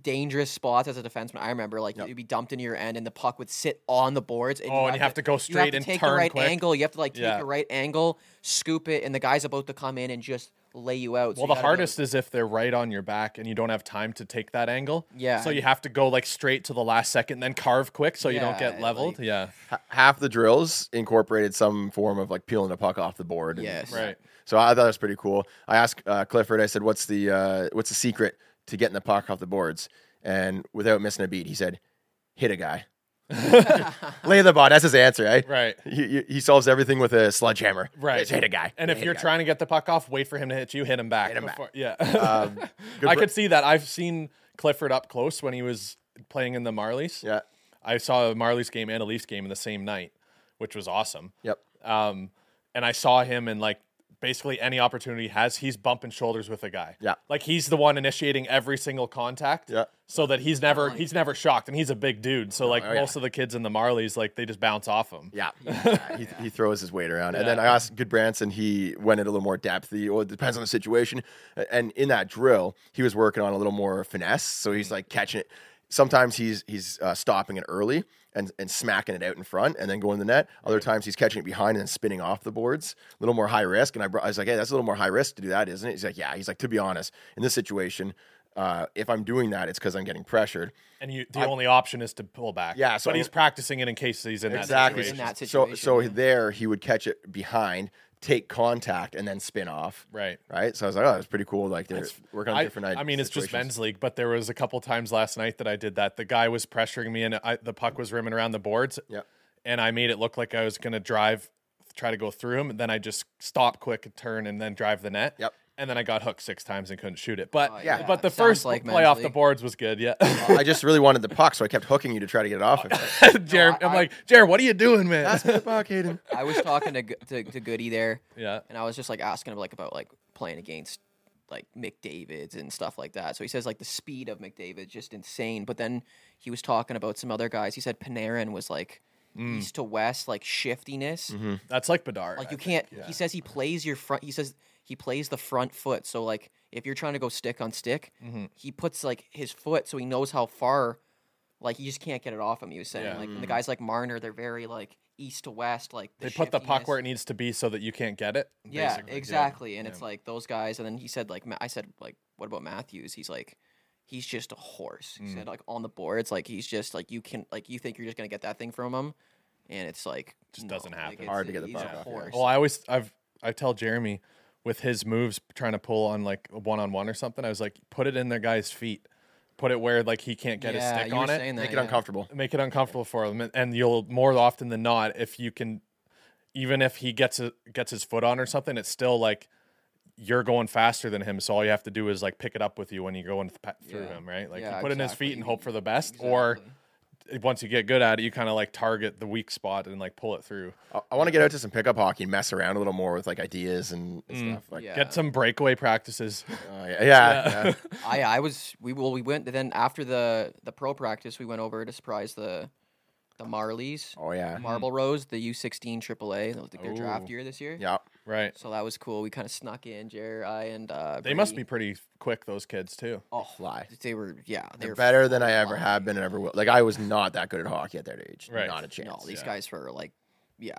S4: dangerous spots as a defenseman. I remember, like you'd be dumped into your end, and the puck would sit on the boards. And
S5: Oh, and you have to go
S4: You have
S5: straight
S4: to
S5: and
S4: take
S5: turn
S4: the right
S5: quick.
S4: angle. You have to like take
S5: Yeah.
S4: the right angle, scoop it, and the guy's about to come in and just lay you out. So
S5: Well,
S4: you gotta be
S5: the
S4: able to-
S5: hardest is if they're right on your back and you don't have time to take that angle.
S4: Yeah.
S5: So you have to go like straight to the last second, then carve quick so you don't
S4: Yeah,
S5: get leveled.
S4: like-
S5: yeah.
S2: H- half the drills incorporated some form of like peeling the puck off the board. and-
S4: Yes.
S5: Right.
S2: So I thought it was pretty cool. I asked uh, Clifford. I said, "What's the uh, what's the secret to getting the puck off the boards?" And without missing a beat, he said, "Hit a guy, lay the ball." That's his answer, right?
S5: Right.
S2: He, he- he solves everything with a sledgehammer.
S5: Right.
S2: Just hit a guy.
S5: And if
S2: Hit a
S5: you're
S2: guy.
S5: trying to get the puck off, wait for him to hit you, hit him back.
S2: Hit him back. Um,
S5: Yeah.
S2: good
S5: I
S2: for-
S5: could see that. I've seen Clifford up close when he was playing in the Marlies.
S2: yeah,
S5: I saw a Marlies game and a Leafs game in the same night, which was awesome.
S2: yep,
S5: Um, and I saw him and like basically any opportunity he has, he's bumping shoulders with a guy.
S2: Yeah.
S5: Like he's the one initiating every single contact.
S2: Yeah.
S5: So that he's never he's never shocked and he's a big dude. So like
S2: Oh, yeah.
S5: most of the kids in the Marlies, like they just bounce off him.
S2: Yeah, he, he throws his weight around, and then I asked Good Branson. He went in a little more depth. He, well, it depends on the situation, and in that drill, he was working on a little more finesse. So he's like catching it. Sometimes he's he's uh, stopping it early and and smacking it out in front, and then going to the net. Other times he's catching it behind and then spinning off the boards. A little more high risk. And I, brought, I was like, hey, that's a little more high risk to do that, isn't it? He's like, yeah. He's like, to be honest, in this situation. Uh, if I'm doing that, it's because I'm getting pressured.
S5: And you the only option is to pull back.
S2: Yeah, so-
S5: but he's practicing it in case he's in
S2: exactly.
S5: that situation.
S4: in that
S2: So, so
S4: situation, yeah.
S2: there he would catch it behind, take contact, and then spin off.
S5: Right.
S2: Right. So I was like, oh, that's pretty cool. Like they're working on
S5: I,
S2: different.
S5: I mean, it's just
S2: situations.
S5: men's league, but there was a couple times last night that I did that. The guy was pressuring me, and I, the puck was rimming around the boards.
S2: Yep.
S5: And I made it look like I was gonna drive, try to go through him, and then I just stop, quick and turn, and then drive the net.
S2: Yep.
S5: And then I got hooked six times and couldn't shoot it. But
S2: yeah.
S5: but the
S4: Oh, Sounds
S5: first
S4: like
S5: play
S4: men's
S5: off the
S4: league. Oh,
S5: boards was good. Yeah.
S2: I just really wanted the puck, so I kept hooking you to try to get it off. Of you.
S5: Jared, I'm like, Jared, what are you doing, man?
S2: Pass me the puck, Hayden.
S4: I was talking to, Go- to to Goody there,
S5: yeah.
S4: and I was just like asking him like about like playing against like McDavid's and stuff like that. So he says like the speed of McDavid just insane. But then he was talking about some other guys. He said Panarin was like
S5: Mm.
S4: east to west, like shiftiness.
S5: That's like Bedard.
S4: Like
S5: Mm-hmm. I
S4: you
S5: think.
S4: can't. He says he plays your front. He says he plays the front foot. So like if you're trying to go stick on stick,
S5: Mm-hmm.
S4: he puts like his foot so he knows how far. Like you just can't get it off him. He was saying
S5: Yeah. Mm-hmm.
S4: like and the guys like Marner, they're very like east to west. Like
S5: They put the puck
S4: shiftiness.
S5: where it needs to be so that you can't get it.
S4: Yeah,
S5: basically.
S4: exactly. And it's like those guys. And then he said like Ma- I said like what about Matthews? He's like. He's just a horse. He
S5: Mm.
S4: said, like on the boards, like he's just like you can, like you think you're just gonna get that thing from him, and it's like
S5: Just doesn't
S4: like,
S5: happen.
S4: it's-
S2: Hard to get the
S4: he's a
S2: puck off, yeah.
S4: horse.
S5: Well, I always I've I tell Jeremy with his moves trying to pull on like one on one or something. I was like, put it in their guy's feet, put it where like he can't get
S4: Yeah,
S5: his stick
S4: you were
S5: on it,
S4: saying that,
S2: Make it
S4: yeah.
S2: uncomfortable.
S5: make it uncomfortable for them, and- and you'll more often than not if you can, even if he gets a, gets his foot on or something, it's still like you're going faster than him. So all you have to do is like pick it up with you when you go in th- through
S4: Yeah.
S5: him, right? Like
S4: Yeah,
S5: you put it in his
S4: exactly.
S5: feet and hope for the best, or once you get good at it, you kind of like target the weak spot and like pull it through.
S2: I, want to get out to some pickup hockey and mess around a little more with like ideas and, and stuff. Like,
S4: Yeah.
S5: Mm. Get some breakaway practices.
S2: uh, yeah, yeah, yeah.
S4: I I was we well we went then after the the pro practice we went over to surprise the the Marleys
S2: Oh
S5: mhm.
S2: yeah.
S4: Marble Rose the U sixteen AAA that was like their draft
S5: Ooh.
S4: year this year
S2: Yeah.
S5: Right.
S4: so that was cool we kind of snuck in Jer I and uh,
S5: They must be
S4: Brady.
S5: pretty quick, those kids too.
S2: Oh, fly.
S4: they were yeah they
S2: They're
S4: were
S2: better than I ever
S4: flying.
S2: have been and ever will. Like I was not that good at hockey at that age.
S5: Right.
S2: Not a chance.
S4: no these
S5: yeah.
S4: guys were like yeah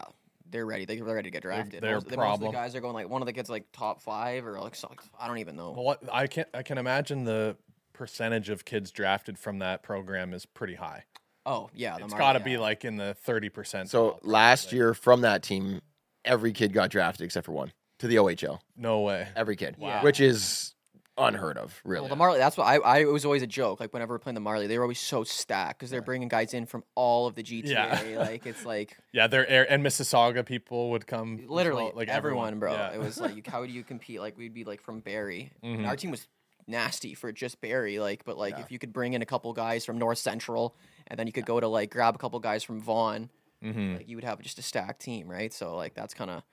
S4: they're ready they, they're ready to get drafted
S5: they're
S4: most, the- most of
S5: problem.
S4: the guys are going like one of the kids like top five or like so, I don't even know
S5: Well, what, I can I can imagine the percentage of kids drafted from that program is pretty high.
S4: oh yeah the
S5: It's
S4: Mar-
S5: got to
S4: yeah.
S5: be like in the thirty percent.
S2: So last year from that team, every kid got drafted except for one to the OHL.
S5: no way.
S2: Every kid,
S4: Wow.
S2: which is unheard of, really.
S4: Well, the Marley, that's what I, I, it was always a joke. Like, whenever we're playing the Marley, they were always so stacked because they're bringing guys in from all of the GTA.
S5: Yeah.
S4: Like, it's like
S5: Yeah, there and Mississauga people would come. as well,
S4: literally everyone, bro.
S5: Yeah. Mm-hmm.
S4: It was like, you, how do you compete? Like, we'd be like from Barry. And our team was nasty for just Barry. Like, but like, if you could bring in a couple guys from North Central and then you could go to like grab a couple guys from Vaughan,
S5: Mm-hmm.
S4: like, you would have just a stacked team, right? So, like, that's kind of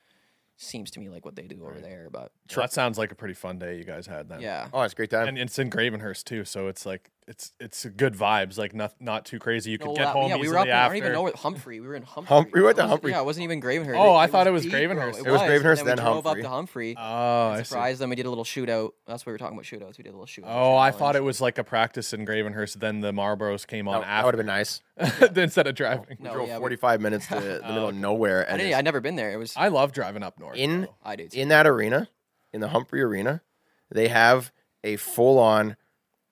S4: seems to me like what they do over there. But
S5: Well, that sounds like a pretty fun day you guys had then.
S4: yeah.
S2: oh, it's a great time.
S5: And it's in Gravenhurst too, so it's like it's it's good vibes, like not not too crazy. You could
S4: No,
S5: get
S4: la-
S5: home
S4: yeah,
S5: easily
S4: we were up. In, I
S5: after.
S4: don't even know it. Humphrey. We were in Humphrey.
S2: we went
S4: It
S2: to
S4: wasn't-
S2: Humphrey.
S4: Yeah, it wasn't even Gravenhurst.
S5: Oh, I thought it was
S4: deep, bro.
S5: Gravenhurst.
S4: It,
S2: It was Gravenhurst,
S4: and then,
S2: then
S4: we drove up to
S2: Humphrey.
S4: Humphrey.
S5: Oh, I see.
S4: surprised them. We did a little shootout. That's what we were talking about shootouts. We did a little shootout.
S5: Oh, I thought it was like a practice in Gravenhurst. Then the Marlboros came on
S2: that would
S5: after
S2: have been nice.
S5: instead of driving.
S4: No,
S2: Drove
S4: yeah, we-
S2: 45 minutes to the middle of nowhere.
S4: I
S2: And
S4: didn't. I never been there. It was. I,
S5: I love driving up north.
S2: in
S4: did.
S2: in that arena, in the Humphrey Arena, they have a full-on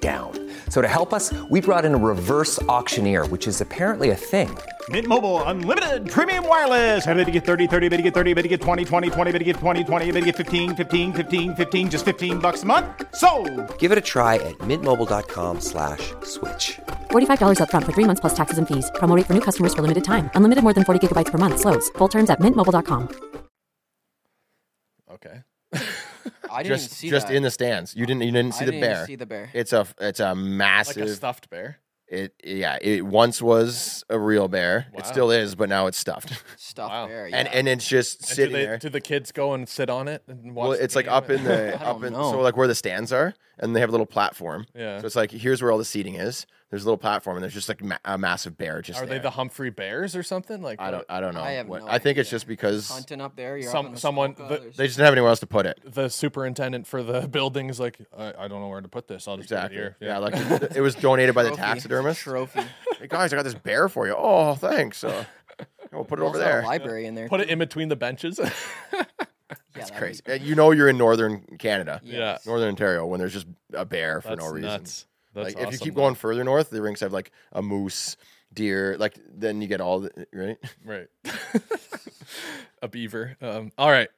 S6: down. So to help us, we brought in a reverse auctioneer, which is apparently a thing.
S7: Mint Mobile unlimited premium wireless. Ready to get 30, 30, ready to get 30, ready to get 20, 20, 20, ready to get 20, 20, ready to get 15, 15, 15, 15 just 15 bucks a month. So,
S8: Give it a try at mintmobile.com slash switch.
S9: $45 upfront for three months plus taxes and fees. Promo rate for new customers for limited time. Unlimited more than 40 gigabytes per month. Slows. Full terms at mintmobile.com.
S5: Okay.
S4: I didn't
S2: just
S4: even see
S2: just
S4: that.
S2: in the stands. You didn't you didn't
S4: I
S2: see
S4: didn't
S2: the
S4: even
S2: bear.
S4: see the bear.
S2: It's a it's a
S5: Like
S2: massive
S5: a stuffed bear.
S2: it yeah, it once was a real bear.
S5: Wow.
S2: It still is, but now it's stuffed.
S4: stuff
S5: Wow.
S4: there.
S2: And
S4: yeah.
S2: and it's just
S5: And do,
S2: sitting
S5: they,
S2: there.
S5: do the kids go and sit on it and watch?
S2: Well,
S5: the
S2: it's like
S5: game
S2: up in
S5: and-
S2: the
S4: I
S2: up
S4: don't
S2: in
S4: know.
S2: so like where the stands are, and they have a little platform.
S5: Yeah.
S2: So it's like here's where all the seating is. There's a little platform, and there's just like ma- a massive bear just.
S5: Are they
S2: there.
S5: the Humphrey Bears or something? Like uh,
S2: I don't. I don't know.
S4: I have no
S2: I think it's
S4: idea.
S2: just because
S4: hunting up there. You're
S5: Some-
S4: up in
S5: someone-
S4: Muskoka,
S5: the-
S4: there's-
S2: they just didn't have anywhere else to put it.
S5: the superintendent for the building's like, I, I don't know where to put this. I'll just
S2: Exactly.
S5: put it here.
S2: Yeah. like it was donated by the
S4: Trophy. It's a
S2: taxidermist.
S4: trophy.
S2: Hey guys, I got this bear for you. Oh, thanks. Uh, we'll put it over
S4: There's a
S2: there.
S4: library in there.
S5: put it in between the benches.
S4: That's
S2: Crazy. Uh, You know you're in northern Canada,
S5: yeah.
S2: northern Ontario, when there's just a bear for
S5: That's
S2: no reason.
S5: nuts. That's
S2: like if you
S5: awesome,
S2: keep
S5: though.
S2: going further north, the rinks have like a moose, deer. Like then you get all the right.
S5: Right. a beaver. Um, all right.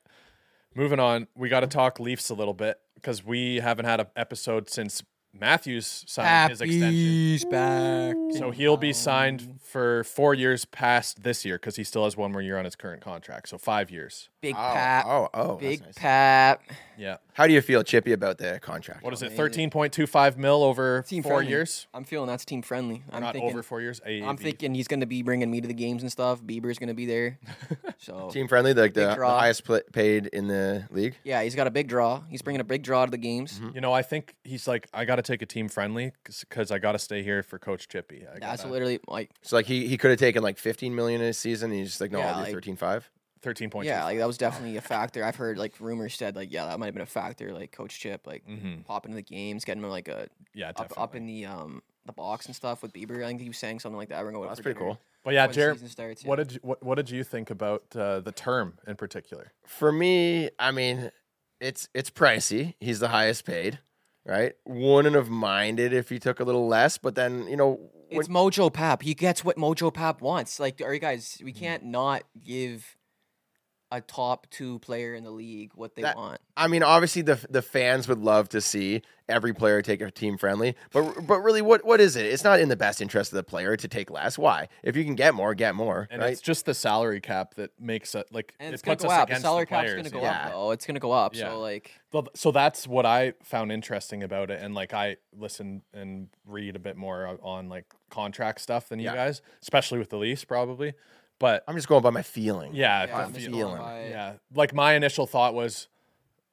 S5: Moving on. We got to talk Leafs a little bit because we haven't had an episode since Matthews signed his extension.
S3: He's back.
S5: So he'll be signed for four years past this year because he still has one more year on his current contract. So five years.
S4: Big
S2: Oh,
S4: Pat.
S2: oh, oh, that's
S4: Big
S2: nice.
S4: Pat.
S5: Yeah.
S2: How do you feel, Chippy, about the contract?
S5: What is it? Thirteen point two five mil over
S4: Team
S5: four
S4: friendly.
S5: years.
S4: I'm feeling that's team friendly. I'm
S5: Not
S4: thinking.
S5: over four years. A,
S4: I'm thinking he's going to be bringing me to the games and stuff. Bieber's going to be there. So
S2: Team friendly, like the, the
S4: draw.
S2: highest pla paid in the league.
S4: yeah, he's got a big draw. He's bringing a big draw to the games.
S2: Mm-hmm.
S5: You know, I think he's like, I got to take a team friendly because I got to stay here for Coach Chippy. I
S4: That's
S5: gotta-
S4: literally like
S2: So like he, he could have taken like 15 million in a season. And he's just like no,
S4: Yeah,
S2: I'll do
S4: like-
S2: 13 five.
S5: thirteen point two.
S4: yeah, like that was definitely a factor. I've heard like rumors said like yeah, that might have been a factor. Like Coach Chip like
S2: Mm-hmm.
S5: Mm-hmm.
S4: popping to the games, getting him like a
S5: yeah,
S4: up,
S5: definitely.
S4: up in the um the box and stuff with Bieber. I think he was saying something like that. We're going go out
S2: That's
S4: for
S2: pretty
S4: dinner
S2: cool.
S5: But yeah,
S4: when
S5: Jared,
S4: season starts,
S5: what
S4: yeah.
S5: did you, what, what did you think about uh, the term in particular?
S2: For me, I mean, it's it's pricey. He's the highest paid, right? Wouldn't have minded if he took a little less, but then you know, when-
S4: It's Mojo Pap. He gets what Mojo Pap wants. Like, are you guys?
S5: Mm-hmm.
S4: We can't not give a top two player in the league what they
S2: That-
S4: want.
S2: I mean, obviously the the fans would love to see every player take a team friendly, but but really, what what is it? It's not in the best interest of the player to take less. Why? If you can get more, get more,
S5: And
S2: right?
S5: it's just the salary cap that makes it like
S4: And
S5: it
S4: it's gonna
S5: puts
S4: go
S5: us
S4: up. The
S5: against
S4: salary cap's
S5: players,
S4: gonna go
S5: you know?
S4: up. though. it's gonna go up.
S5: Yeah.
S4: So like,
S5: Well, So that's what I found interesting about it, and like I listen and read a bit more on like contract stuff than you
S2: Yeah.
S5: guys, especially with the Leafs probably. But
S2: I'm just going by my feeling.
S5: yeah,
S4: yeah,
S5: the
S4: I'm just
S5: feel-
S4: going
S2: feeling.
S4: by-
S5: Yeah. Like my initial thought was,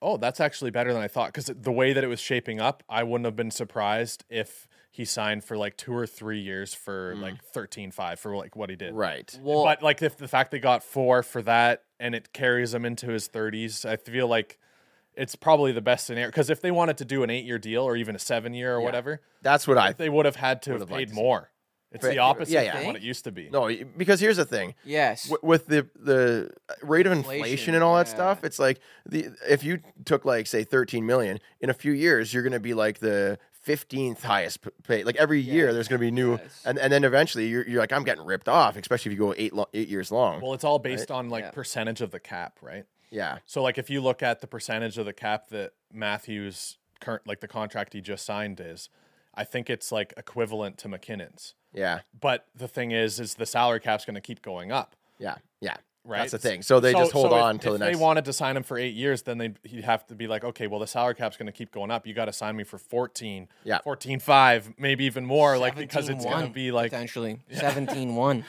S5: oh, that's actually better than I thought. Because the way that it was shaping up, I wouldn't have been surprised if he signed for like two or three years for like 13 5 for like what he did.
S2: Mm. right.
S4: Well,
S5: but like if the fact they got four for that and it carries him into his 30s, I feel like it's probably the best scenario. Because if they wanted to do an eight year deal or even a seven year or whatever,
S2: That's what I
S5: they would have had to have
S2: liked
S5: paid
S2: to see-
S5: more. It's
S2: Right.
S5: the opposite
S2: Yeah, yeah.
S5: of what it used to be.
S2: no because here's the thing.
S4: yes,
S2: w- with the the rate of inflation,
S4: Inflation,
S2: and all that
S4: yeah.
S2: stuff, it's like the if you took like say 13 million in a few years, you're going to be like the 15th highest p- pay. Like every year, there's going to be new, and, and then eventually you're, you're like I'm getting ripped off, especially if you go eight lo- eight years long.
S5: Well, it's all based on like percentage of the cap, right?
S2: yeah,
S5: So like if you look at the percentage of the cap that Matthews current like the contract he just signed is, I think it's like equivalent to McKinnon's.
S2: yeah,
S5: But the thing is is the salary cap's going to keep going up,
S2: yeah, yeah.
S5: right?
S2: That's the thing. So they just hold
S5: so if-
S2: on till the
S5: if
S2: next.
S5: They wanted to sign him for 8 years, then they he'd have to be like, "Okay, well the salary cap's going to keep going up. You got to sign me for 14."
S2: Yeah.
S5: 14.5, maybe even more like because it's going
S4: 17-1,
S5: to be like
S4: potentially 17-1.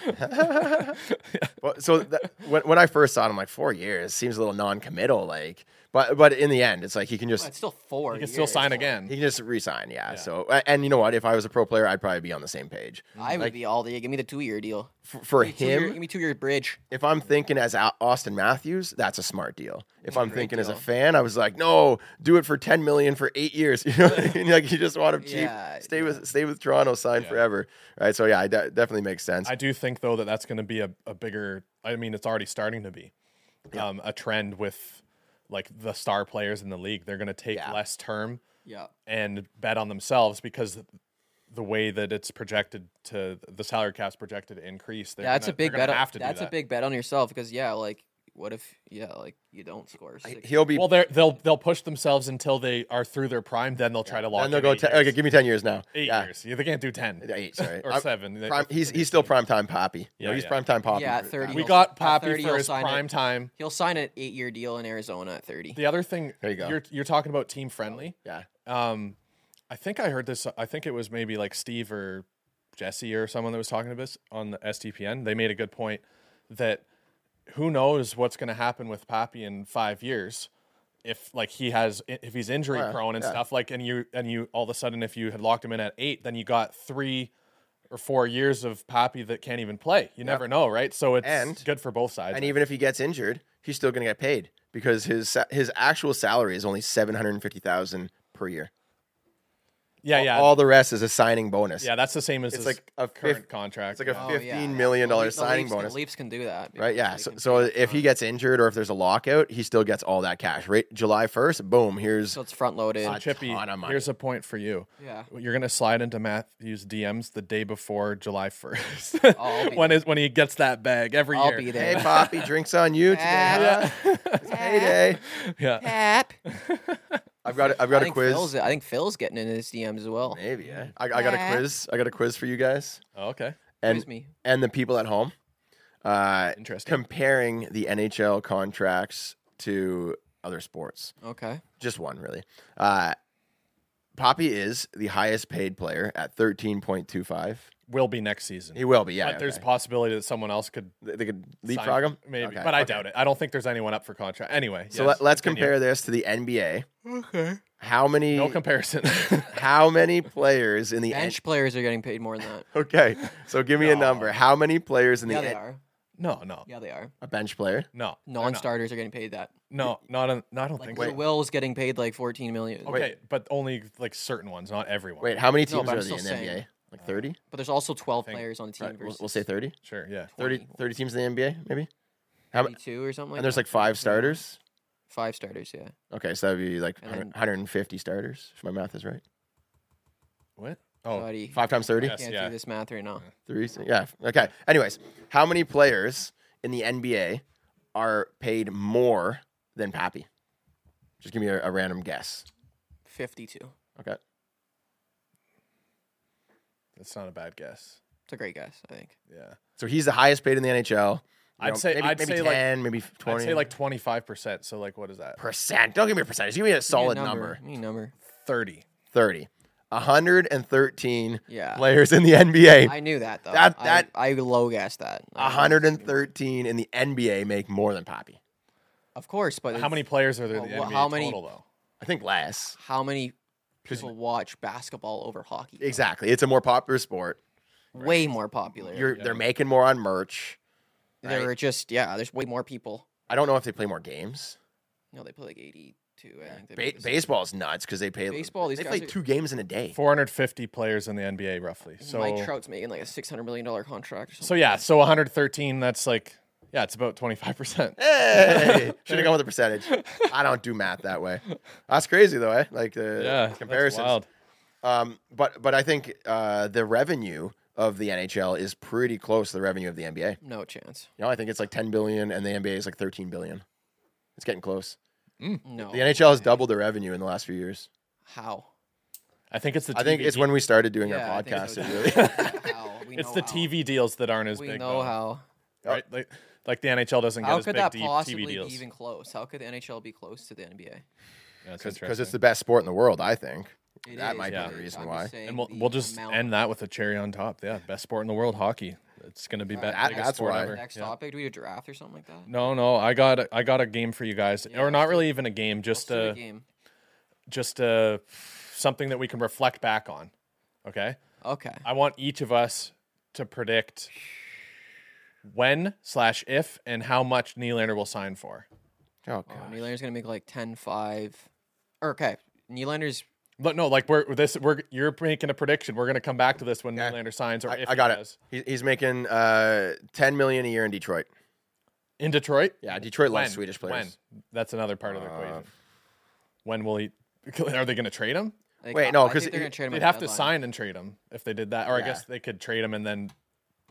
S2: Well, so that, when, when I first saw it, I'm like four years seems a little non-committal, like. But but in the end, it's like he can just
S4: it's still four.
S5: you can still sign again.
S2: He can just resign, yeah. So, a- and you know what? If I was a pro player, I'd probably be on the same page.
S4: I would be all the give me the two year deal.
S2: F- for
S4: Give me two-year- give
S2: him,
S4: me two year bridge.
S2: if I'm thinking as Au- Austin Matthews, that's a smart deal. If I'm thinking as a fan, I was like, no, do it for 10 million for eight years. You know, what I mean? like you just want him cheap.
S4: Yeah,
S2: stay with stay with Toronto, sign forever. Right. So yeah, it de- definitely makes sense.
S5: I do think though that that's going to be a, a bigger. I mean, it's already starting to be um, a trend with like the star players in the league. They're going to take less term
S4: Yeah.
S5: and bet on themselves because the way that it's projected to the salary cap's projected to increase, they're
S4: that's
S5: gonna-
S4: a big
S5: they're gonna
S4: bet. on-
S5: Have to do
S4: that's
S5: that.
S4: a big bet on yourself because yeah, like what if yeah, like you don't score? Six
S5: well. they're- They'll they'll push themselves until they are through their prime. Then they'll try to lock.
S2: And they'll
S5: in
S2: go,
S5: eight
S2: ten,
S5: years.
S2: okay, give me 10 years now.
S5: Eight
S2: yeah.
S5: years. Yeah, they can't do ten.
S2: Eight, sorry.
S5: or
S2: I'm-
S5: seven. They-
S2: prime- he's, he's still primetime Poppy.
S5: Yeah,
S2: no, he's
S5: yeah.
S2: prime primetime Poppy.
S4: Yeah,
S2: for-
S4: at thirty.
S5: We
S4: he'll-
S5: got
S4: at
S5: Poppy
S4: 30,
S5: for
S4: he'll
S5: his
S4: sign
S5: prime
S4: it-
S5: time.
S4: He'll sign an eight-year deal in Arizona at thirty.
S5: The other thing,
S2: There you go.
S5: You're you're talking about team friendly.
S2: Yeah.
S5: Um, I think I heard this. I think it was maybe like Steve or Jesse or someone that was talking to this on the STPN. They made a good point that who knows what's going to happen with Pappy in five years if like he has if he's injury
S2: Oh, yeah,
S5: prone and
S2: yeah.
S5: stuff like and you and you all of a sudden if you had locked him in at eight then you got three or four years of Pappy that can't even play. You never know, right? So it's
S2: And-
S5: good for both sides.
S2: And even if he gets injured, he's still going to get paid because his sa- his actual salary is only 750,000 per year.
S5: yeah, yeah,
S2: All the rest is a signing bonus.
S5: yeah. That's the same as
S2: It's
S5: his
S2: like a fif-
S5: current contract.
S2: It's like a
S4: Oh, yeah,
S2: fifteen million
S4: yeah. The
S2: dollar
S4: Leafs- the
S2: signing
S4: Leafs can-
S2: bonus,
S4: Leafs can do that,
S2: right?
S4: because
S2: Yeah.
S4: they
S2: So,
S4: can
S2: so
S4: pay up
S2: if he
S4: front.
S2: gets injured or if there's a lockout, he still gets all that cash. Right? July first, boom. Here's
S4: so it's front-loaded.
S5: So Chippy,
S2: ton of money.
S5: here's a point for you.
S4: Yeah.
S5: You're gonna slide into Matthew's DMs the day before July first.
S4: Oh, I'll be
S5: when is when he gets that bag every
S4: I'll
S5: year.
S4: be
S2: hey
S4: there.
S2: Poppy, drinks on you today. huh? It's Payday.
S5: Yeah.
S4: Pap.
S2: I've got a, I've
S4: I
S2: got a
S4: think
S2: quiz.
S4: Phil's, I think Phil's getting in his DMs as well.
S2: Maybe. Eh? I, I got a quiz. I got a quiz for you guys
S5: Oh, okay.
S2: and
S4: Excuse me.
S2: and the people at home. Uh,
S5: Interesting.
S2: comparing the NHL contracts to other sports.
S4: Okay.
S2: just one really. Uh, Poppy is the highest paid player at thirteen point two five.
S5: Will be next season.
S2: He will be, yeah.
S5: but there's a
S2: okay.
S5: possibility that someone else could
S2: they they could
S5: sign-
S2: leapfrog him,
S5: Maybe.
S2: Okay,
S5: But I
S2: okay.
S5: doubt it. I don't think there's anyone up for contract. Anyway.
S2: So
S5: yes,
S2: let, us
S5: continue.
S2: compare this to the NBA. Okay. How many?
S5: No comparison.
S2: how many players in the
S4: Bench players are getting paid more than that.
S2: N- okay, so give me a number. How many players in the
S4: Yeah, they
S2: N-
S4: are.
S5: no, no.
S4: Yeah, they are.
S2: a bench player?
S5: No. they're not.
S4: Non-starters are getting paid that.
S5: No, not on, no, I don't
S4: Like
S5: think
S4: Lil
S5: so.
S4: Will's getting paid like 14 million.
S5: Okay, but only like certain ones, not everyone.
S2: Wait, how many
S4: No,
S2: teams
S4: but I'm
S2: are there in the
S4: still saying-
S2: NBA? Like thirty?
S4: But there's also 12
S5: think-
S4: players on the team
S2: Right, we'll,
S4: versus
S2: we'll say 30?
S5: Sure, yeah.
S2: 30, 30 teams in the NBA, maybe. How many?
S4: 22 or something like
S2: And there's
S4: that.
S2: like five starters.
S4: five starters, yeah.
S2: Okay, so that would be like
S4: And
S2: 100,
S4: then-
S2: 150 starters, if my math is right.
S5: What? Oh,
S4: Buddy,
S2: Five times 30?
S5: Yes.
S4: can't
S5: yeah.
S4: do this math right now.
S2: Three, s- yeah. Okay. Anyways, how many players in the NBA are paid more than Pappy? Just give me a, a random guess.
S4: 52. It's
S2: Okay.
S5: that's not a bad guess.
S4: a great guess, I think.
S5: Yeah.
S2: So he's the highest paid in the NHL. You
S5: I'd say-
S2: maybe,
S5: I'd
S2: maybe
S5: say, like-
S2: 10, maybe 20.
S5: I'd say like 25%. So, like, what is that?
S2: percent. Don't give me a percentage. Give me a solid number.
S4: Give me a number.
S5: 30.
S2: 30. 113
S4: Yeah.
S2: players in the NBA.
S4: I knew that though.
S2: That-
S4: I-
S2: that-
S4: I, low guessed that. I was-
S2: 113 in the NBA make more than Poppy.
S4: Of course, but
S5: How
S4: it's- Oh,
S5: many players are there in
S4: Well,
S5: the
S4: well,
S5: NBA
S4: how many-
S5: total, though?
S2: I think less.
S4: how many people watch basketball over hockey?
S2: Exactly. It's a more popular sport.
S4: Way more popular.
S2: You're, They're making more on merch.
S4: there are just yeah, there's way more people.
S2: I don't know if they play more games.
S4: No, they play like 82. I think
S2: Ba-
S4: they play this-
S2: baseball's nuts because they pay.
S4: Baseball, these
S2: they
S4: guys
S2: play
S4: are-
S2: two games in a day.
S5: 450 players in the NBA, roughly. So,
S4: Mike Trout's making like a 600 million dollar contract. Or something.
S5: so yeah, so 113, that's like, yeah, it's about 25%.
S2: Hey, should have gone with a percentage. I don't do math that way. That's crazy though, eh? Like the
S5: yeah. That's
S2: comparisons.
S5: wild.
S2: Um, but but I think uh, the revenue of the NHL is pretty close to the revenue of the NBA.
S4: No chance.
S2: You know, I think it's like 10 billion, and the NBA is like 13 billion. It's getting close.
S4: No.
S2: The NHL has doubled the revenue in the last few years.
S4: How?
S5: I think it's the TV
S2: I think it's when we started doing
S4: Yeah,
S2: our
S4: I think
S2: podcast.
S4: so,
S2: It
S4: too.
S2: really.
S4: How? We
S5: It's
S4: know
S5: the
S4: how.
S5: TV deals that aren't as
S4: We
S5: big.
S4: know
S5: though,
S4: how.
S5: Right? Like, like the NHL doesn't
S4: How
S5: get as
S4: could
S5: big
S4: that
S5: D-
S4: possibly
S5: TV
S4: be
S5: deals.
S4: even close? How could the NHL be close to the NBA?
S2: because it's the best sport in the world, I think.
S4: It
S2: That
S4: is,
S2: might be
S4: but
S2: the reason
S4: I'm
S2: why.
S4: just saying
S5: and we'll,
S4: the
S5: we'll just
S4: amount-
S5: end that with a cherry on top. Yeah, best sport in the world, hockey. It's gonna be best.
S2: that- that's
S5: sport
S2: why.
S5: ever.
S4: Next
S5: Yeah.
S4: topic: Do we do a draft or something like that?
S5: No, no, I got a, I got a game for you guys, or not really even a game, just
S4: Let's do
S5: a,
S4: the game.
S5: just a something that we can reflect back on. Okay,
S4: Okay.
S5: I want each of us to predict when slash if and how much Nylander will sign for.
S2: Oh,
S4: Oh,
S2: God.
S4: Nylander's gonna make like 10, 5. Or, okay, Nylander's.
S5: But no, like we're this we're you're making a prediction. We're gonna come back to this when Nylander signs, or
S2: I,
S5: if
S2: I
S5: he
S2: got it.
S5: does.
S2: He, he's making uh, 10 million a year in Detroit.
S5: in Detroit.
S2: Yeah, Detroit
S5: When?
S2: loves Swedish players. Uh,
S5: When? That's another part of the equation. When will he Are they going to trade him?
S4: Like, Wait, no, I 'cause think they're gonna trade him at
S5: they'd
S4: the
S5: have to
S4: deadline.
S5: sign and trade him if they did that. Or I
S2: Yeah.
S5: guess they could trade him and then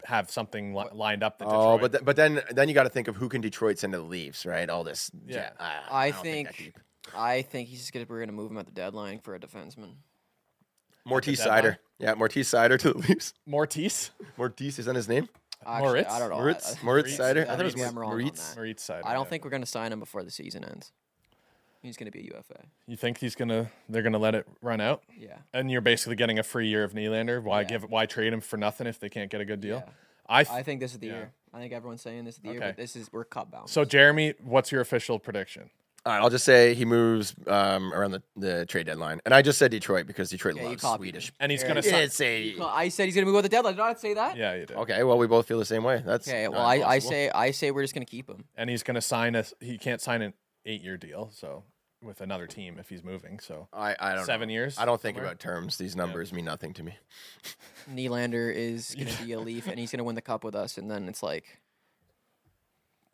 S5: have something li- lined up. That
S2: Oh,
S5: Detroit-
S2: but th- but then then you got to think of who can Detroit send to the Leafs, right? All this.
S4: Yeah.
S2: jazz. Ah,
S4: I,
S2: don't
S4: think, I think he's just gonna we're gonna move him at the deadline for a defenseman.
S2: Mortis
S4: deadline.
S2: Sider. Yeah, Mortis Sider to the Leafs.
S5: Mortis.
S2: Mortis is that his name?
S4: Actually, Moritz? I don't know.
S2: Moritz.
S4: I-
S2: Moritz
S4: Moritz.
S2: Sider.
S4: I
S2: I thought it
S4: maybe
S2: was
S4: I'm wrong on
S2: Moritz.
S4: that. I don't think we're gonna sign him before the season ends. He's gonna be a UFA.
S5: You think he's gonna? They're gonna let it run out?
S4: Yeah.
S5: And you're basically getting a free year of Nylander. Why give? Why trade him for nothing if they can't get a good deal? I, th-
S4: I think this is the
S5: yeah.
S4: year. I think everyone's saying this is the year,
S5: Okay.
S4: but this is we're cup bound.
S5: So Jeremy, what's your official prediction?
S2: All right, I'll just say he moves um, around the, the trade deadline, and I just said Detroit because Detroit
S4: Yeah, you
S2: loves
S4: copied
S2: Swedish,
S4: me. And he's gonna
S2: You
S4: sign-
S2: didn't say.
S4: No, I said he's gonna move at the deadline. Did I not say that?
S5: Yeah, you did.
S2: Okay, well we both feel the same way. That's
S4: Okay.
S2: not
S4: Well, I, I
S2: impossible.
S4: say I say we're just gonna keep him.
S5: And he's gonna sign a. He can't sign an eight-year deal. So with another team if he's moving. So
S2: I, I don't
S5: seven
S2: know.
S5: years.
S2: I don't think
S5: somewhere?
S2: about terms. These numbers mean nothing to me.
S4: Nylander is gonna be a Leaf, and he's gonna win the cup with us, and then it's like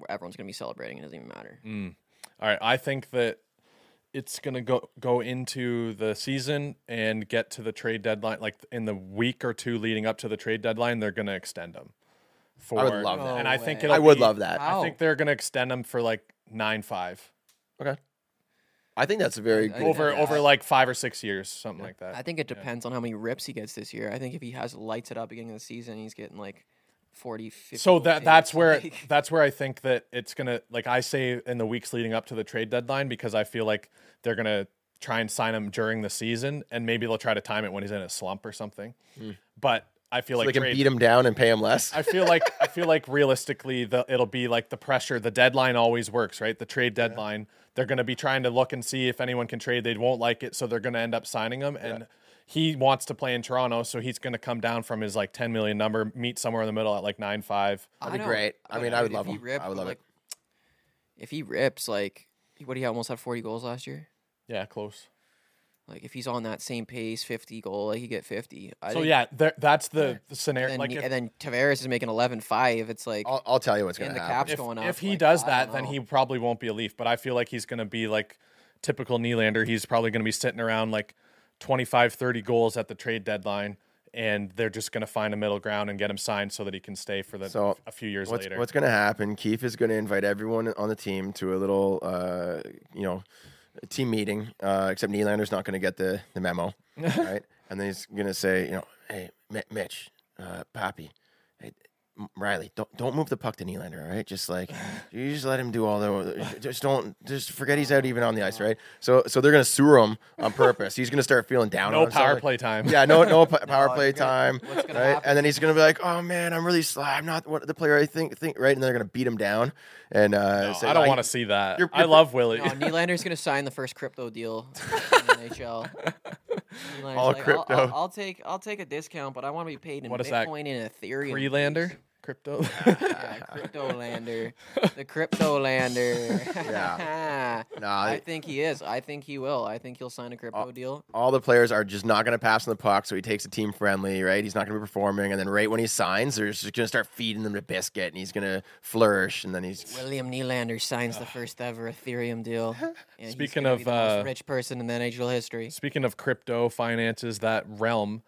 S4: everyone's gonna be celebrating. It doesn't even matter.
S5: Mm. All right, I think that it's gonna go go into the season and get to the trade deadline. Like in the week or two leading up to the trade deadline, they're gonna extend them. For
S2: I would love that.
S5: and I think
S2: No
S5: it'll
S2: way. I would
S5: be-
S2: love that.
S5: I think they're gonna extend them for like nine five
S2: Okay. I think that's a very good
S5: over over like five or six years, something like that.
S4: I think it depends on how many rips he gets this year. I think if he has lights it up beginning of the season, he's getting like 40, 50.
S5: so that
S4: saves,
S5: that's where it-
S4: like-
S5: that's where I think that it's gonna like I say in the weeks leading up to the trade deadline because I feel like they're gonna try and sign him during the season and maybe they'll try to time it when he's in a slump or something.
S2: Mm.
S5: But I feel
S2: So
S5: like
S2: they can
S5: trade-
S2: beat him down and pay him less.
S5: I feel like I feel like realistically, the, it'll be like the pressure. The deadline always works, right? The trade deadline. They're going to be trying to look and see if anyone can trade. They won't like it, so they're going to end up signing him. And he wants to play in Toronto, so he's going to come down from his like 10 million number, meet somewhere in the middle at like nine five.
S4: I
S2: That'd be
S4: know,
S2: great. I
S4: but
S2: mean, I would
S4: if
S2: love
S4: he
S2: him.
S4: ripped,
S2: I would
S4: but,
S2: love
S4: like,
S2: it.
S4: If he rips, like, what do you almost have 40 goals last year?
S5: Yeah, close.
S4: Like, if he's on that same pace, 50 goal, like, he get 50. I
S5: so
S4: think-
S5: yeah, there- that's the, the
S4: And
S5: scenario.
S4: then,
S5: like
S4: Ne-
S5: if,
S4: and then Tavares is making 11 5. It's like,
S2: I'll, I'll tell you what's going
S4: and
S2: to
S4: the
S2: happen.
S4: cap's
S5: if,
S4: going up.
S5: if he
S4: like,
S5: does
S4: I
S5: that,
S4: don't
S5: then
S4: know.
S5: he probably won't be a Leaf. But I feel like he's going to be like typical Nylander. He's probably going to be sitting around like 25, 30 goals at the trade deadline, and they're just going to find a middle ground and get him signed so that he can stay for the
S2: So,
S5: a few years
S2: what's,
S5: later.
S2: What's going to happen? Keith is going to invite everyone on the team to a little, uh, you know, team meeting. Uh, except Nylander's not going to get the the memo, right? And then he's going to say, you know, hey, Mi- Mitch, uh, Poppy, hey, M- Riley, don't don't move the puck to Nylander, all right? Just like you just let him do all the, just don't, just forget he's out even on the ice, right? So so they're going to sewer him on purpose. He's going to start feeling down.
S5: No
S2: on himself,
S5: power
S2: like-
S5: play time.
S2: Yeah, no no p- power play time,
S4: gonna
S2: right? And then he's going to be like, oh man, I'm really sly. I'm not what the player I think think, right? And they're going to beat him down. And uh,
S5: No,
S2: say,
S5: Oh, I don't
S2: like,
S5: want to see that.
S2: you're-
S5: I love Willie.
S4: No, Nylander's going to sign the first crypto deal in the NHL. Nylander's
S5: All
S4: like, "I'll- I'll,
S5: crypto.
S4: I'll take I'll take a discount, but I want to be paid in
S5: What is that?
S4: Bitcoin and Ethereum.
S5: Freelander crypto.
S4: Yeah, Cryptolander. the Cryptolander. yeah.
S2: Nah,
S4: I
S2: they-
S4: think he is. I think he will. I think he'll sign a crypto
S5: Oh.
S4: deal.
S2: all the players are just not going to pass on the puck, so he takes a team friendly, right? He's not going to be performing, and then right when he signs, they're just going to start feeding them the biscuit, and he's going to flourish, and then he's
S4: William Nylander signs the first ever Ethereum deal. And he's
S5: Speaking
S4: gonna
S5: of,
S4: be the most
S5: uh,
S4: rich person in the NHL history.
S5: Speaking of crypto finances, that realm,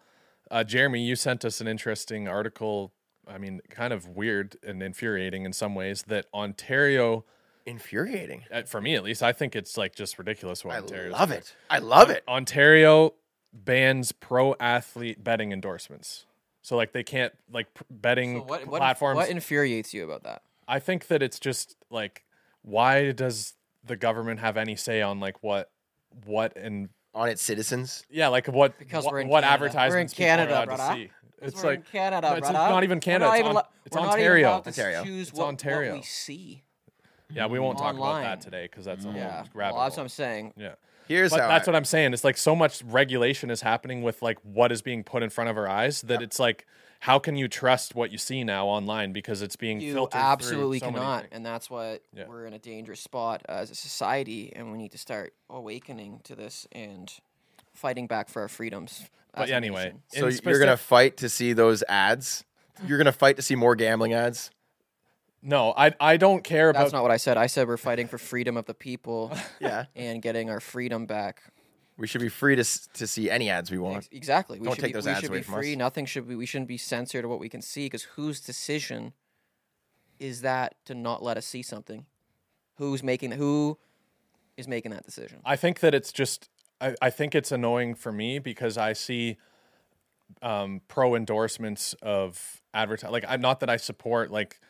S5: uh, Jeremy, you sent us an interesting article. I mean, kind of weird and infuriating in some ways that Ontario,
S2: infuriating.
S5: uh, for me at least, I think it's like just ridiculous. What
S2: I
S5: Ontario
S2: love it. I love it.
S5: Ontario bans pro athlete betting endorsements. So like they can't like pr- betting
S4: So what, what,
S5: platforms.
S4: what infuriates you about that?
S5: I think that it's just like why does the government have any say on like what what and
S2: On its citizens,
S5: yeah, like what
S4: Because
S5: wha-
S4: we're in
S5: what
S4: Canada.
S5: advertisements
S4: We're in
S5: people are
S4: Canada,
S5: allowed to
S4: brother.
S5: see. It's
S4: we're
S5: like
S4: in Canada,
S5: no, it's
S4: brother.
S5: not even
S4: We're
S5: Canada.
S4: not
S5: it's
S4: even
S5: on-
S4: allo-
S5: it's
S4: we're not even
S5: Ontario.
S4: allowed to
S2: Ontario.
S4: choose
S5: It's
S4: what, what
S5: Ontario.
S4: we see.
S5: Yeah, we won't talk about
S4: Online.
S5: that today because that's a whole
S4: Yeah.
S5: rabbit
S4: Well, that's what
S5: hole.
S4: I'm saying.
S5: Yeah,
S2: here's
S5: but
S2: how.
S5: that's
S2: I-
S5: what I'm saying. It's like so much regulation is happening with like what is being put in front of our eyes that it's like how can you trust what you see now online because it's being
S4: You
S5: filtered through
S4: absolutely
S5: so many
S4: cannot,
S5: things.
S4: and that's what
S5: Yeah.
S4: we're in a dangerous spot as a society, and we need to start awakening to this and fighting back for our freedoms.
S5: But
S4: as a
S5: anyway,
S4: nation.
S5: in
S2: so you're
S5: specific-
S2: going to fight to see those ads. You're going to fight to see more gambling ads.
S5: no, I I don't care about
S4: that's not what I said. I said we're fighting for freedom of the people
S2: Yeah,
S4: and getting our freedom back.
S2: We should be free to s- to see any ads we want.
S4: Exactly. We
S2: Don't
S4: should
S2: take
S4: be,
S2: those
S4: we
S2: ads
S4: should
S2: away
S4: be
S2: from
S4: free.
S2: us.
S4: Nothing should be. We shouldn't be censored of what we can see because whose decision is that to not let us see something? Who's making who is making that decision?
S5: I think that it's just I, I think it's annoying for me because I see um, pro endorsements of advertising. Like I'm not that I support like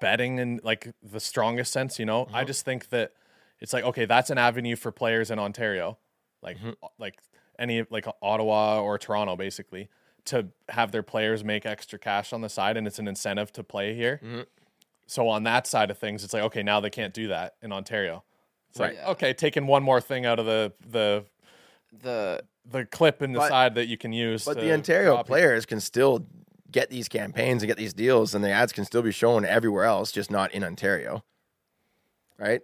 S5: betting in like the strongest sense, you know. I just think that it's like okay, that's an avenue for players in Ontario, like o- like any like Ottawa or Toronto, basically, to have their players make extra cash on the side, and it's an incentive to play here. So on that side of things, it's like okay, now they can't do that in Ontario. It's like
S4: Right.
S5: okay, taking one more thing out of the the
S4: the
S5: the clip in the
S2: But-
S5: side that you can use.
S2: But the
S5: to
S2: Ontario
S5: copy.
S2: players can still get these campaigns and get these deals, and the ads can still be shown everywhere else, just not in Ontario, right?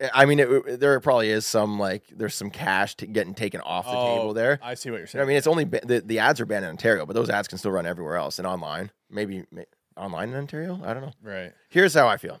S2: I- I mean, it, there probably is some like there's some cash t- getting taken off the
S5: Oh,
S2: table there.
S5: I see what you're saying.
S2: I mean, it's only ba- the, the ads are banned in Ontario, but those ads can still run everywhere else and online. Maybe ma- online in Ontario. I don't know.
S5: Right.
S2: Here's how I feel.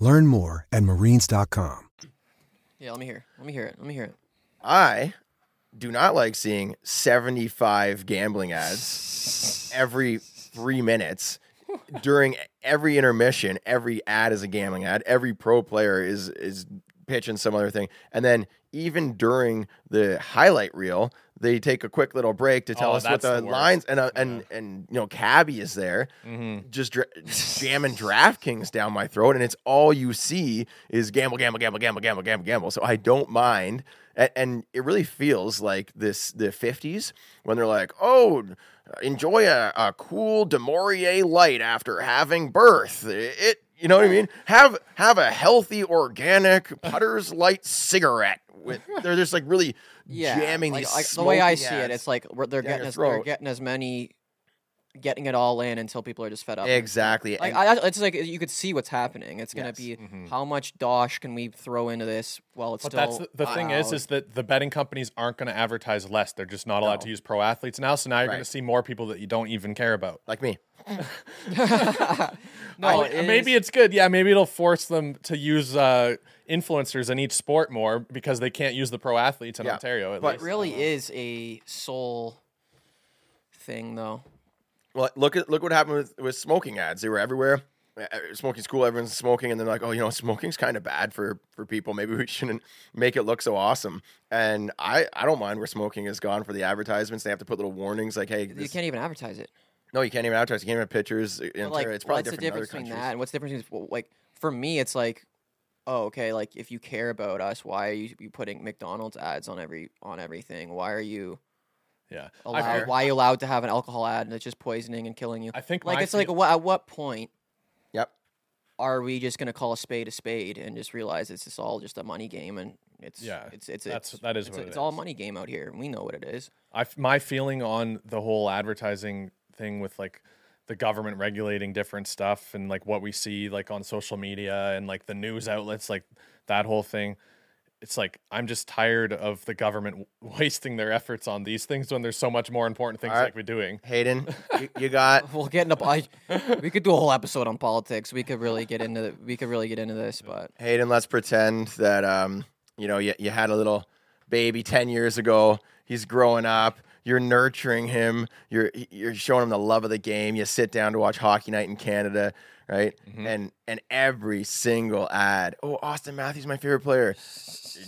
S10: Learn more at marines.com.
S4: Yeah, let me hear. Let me hear it. Let me hear it.
S2: I do not like seeing 75 gambling ads every three minutes during every intermission. Every ad is a gambling ad. Every pro player is is pitching some other thing, and then even during the highlight reel, they take a quick little break to tell
S5: Oh,
S2: us what
S5: that's
S2: the,
S5: the worst.
S2: lines and uh, and and you know Cabby is there
S4: Mm-hmm.
S5: Mhm.
S2: just dra- jamming DraftKings down my throat, and it's all you see is gamble, gamble, gamble, gamble, gamble, gamble, gamble. So I don't mind, and, and it really feels like this the '50s when they're like, "Oh, enjoy a, a cool Demorier light after having birth." It, you know what I mean? Have have a healthy, organic Putter's Light cigarette. With, they're just like really
S4: Yeah,
S2: jamming
S4: like,
S2: these.
S4: like, the way I see
S2: smoking
S4: it,
S2: ads
S4: it's like we're, they're
S2: down your
S4: getting as, they're
S2: throat.
S4: getting as many, getting it all in until people are just fed up.
S2: Exactly.
S4: Like
S2: and-
S4: I, it's like you could see what's happening. It's gonna
S2: Yes. Mm-hmm.
S4: be
S5: Mhm.
S4: how much dosh can we throw into this while it's
S5: But
S4: still.
S5: that's the, the thing is,
S4: allowed?
S5: is that the betting companies aren't going to advertise less. They're just not allowed to use pro athletes now. So now you're going
S4: Right.
S5: to see more people that you don't even care about,
S2: like me.
S4: No,
S5: I-
S4: it
S5: maybe it's good. Yeah, maybe it'll force them to use uh, influencers in each sport more because they can't use the pro athletes in Ontario. At
S4: but
S5: least.
S4: it really is a soul thing, though.
S2: Well, look at look what happened with, with smoking ads. They were everywhere. Uh, uh, Smoking's cool. Everyone's smoking, and they're like, "Oh, you know, smoking's kind of bad for for people. Maybe we shouldn't make it look so awesome." And I I don't mind where smoking is gone for the advertisements. They have to put little warnings like, "Hey,
S4: You
S2: this,
S4: can't even advertise it.
S2: no, you can't even advertise. You can't even have pictures." In
S4: But, like,
S2: Ontario. it's probably
S4: what's the
S2: different in other
S4: difference between
S2: countries.
S4: that and what's the difference between well, like for me, it's like, oh, okay, like if you care about us, why are you, you putting McDonald's ads on every on everything? Why are you?
S5: Yeah. I
S4: Allowed,
S5: feel-
S4: why are you allowed to have an alcohol ad and it's just poisoning and killing you? I
S5: think
S4: like
S5: my
S4: it's like what, at what point?
S2: Yep.
S4: Are we just gonna call a spade a spade and just realize it's just all just a money game and it's
S5: Yeah,
S4: it's it's
S5: that's-
S4: it's,
S5: that is
S4: it's,
S5: what it
S4: it's all a
S5: is.
S4: money game out here and we know what it is.
S5: I f- my feeling on the whole advertising thing with like the government regulating different stuff and like what we see like on social media and like the news outlets like that whole thing it's like i'm just tired of the government w- wasting their efforts on these things when there's so much more important things
S4: Alright.
S5: like we're doing
S2: hayden you, you got
S4: We'll get into I, we could do a whole episode on politics. We could really get into we could really get into this, but
S2: Hayden, let's pretend that um, you know you, you had a little baby ten years ago. He's growing up. You're nurturing him. You're you're showing him the love of the game. You sit down to watch hockey night in Canada, right? And and every single ad, oh Austin Matthews, my favorite player,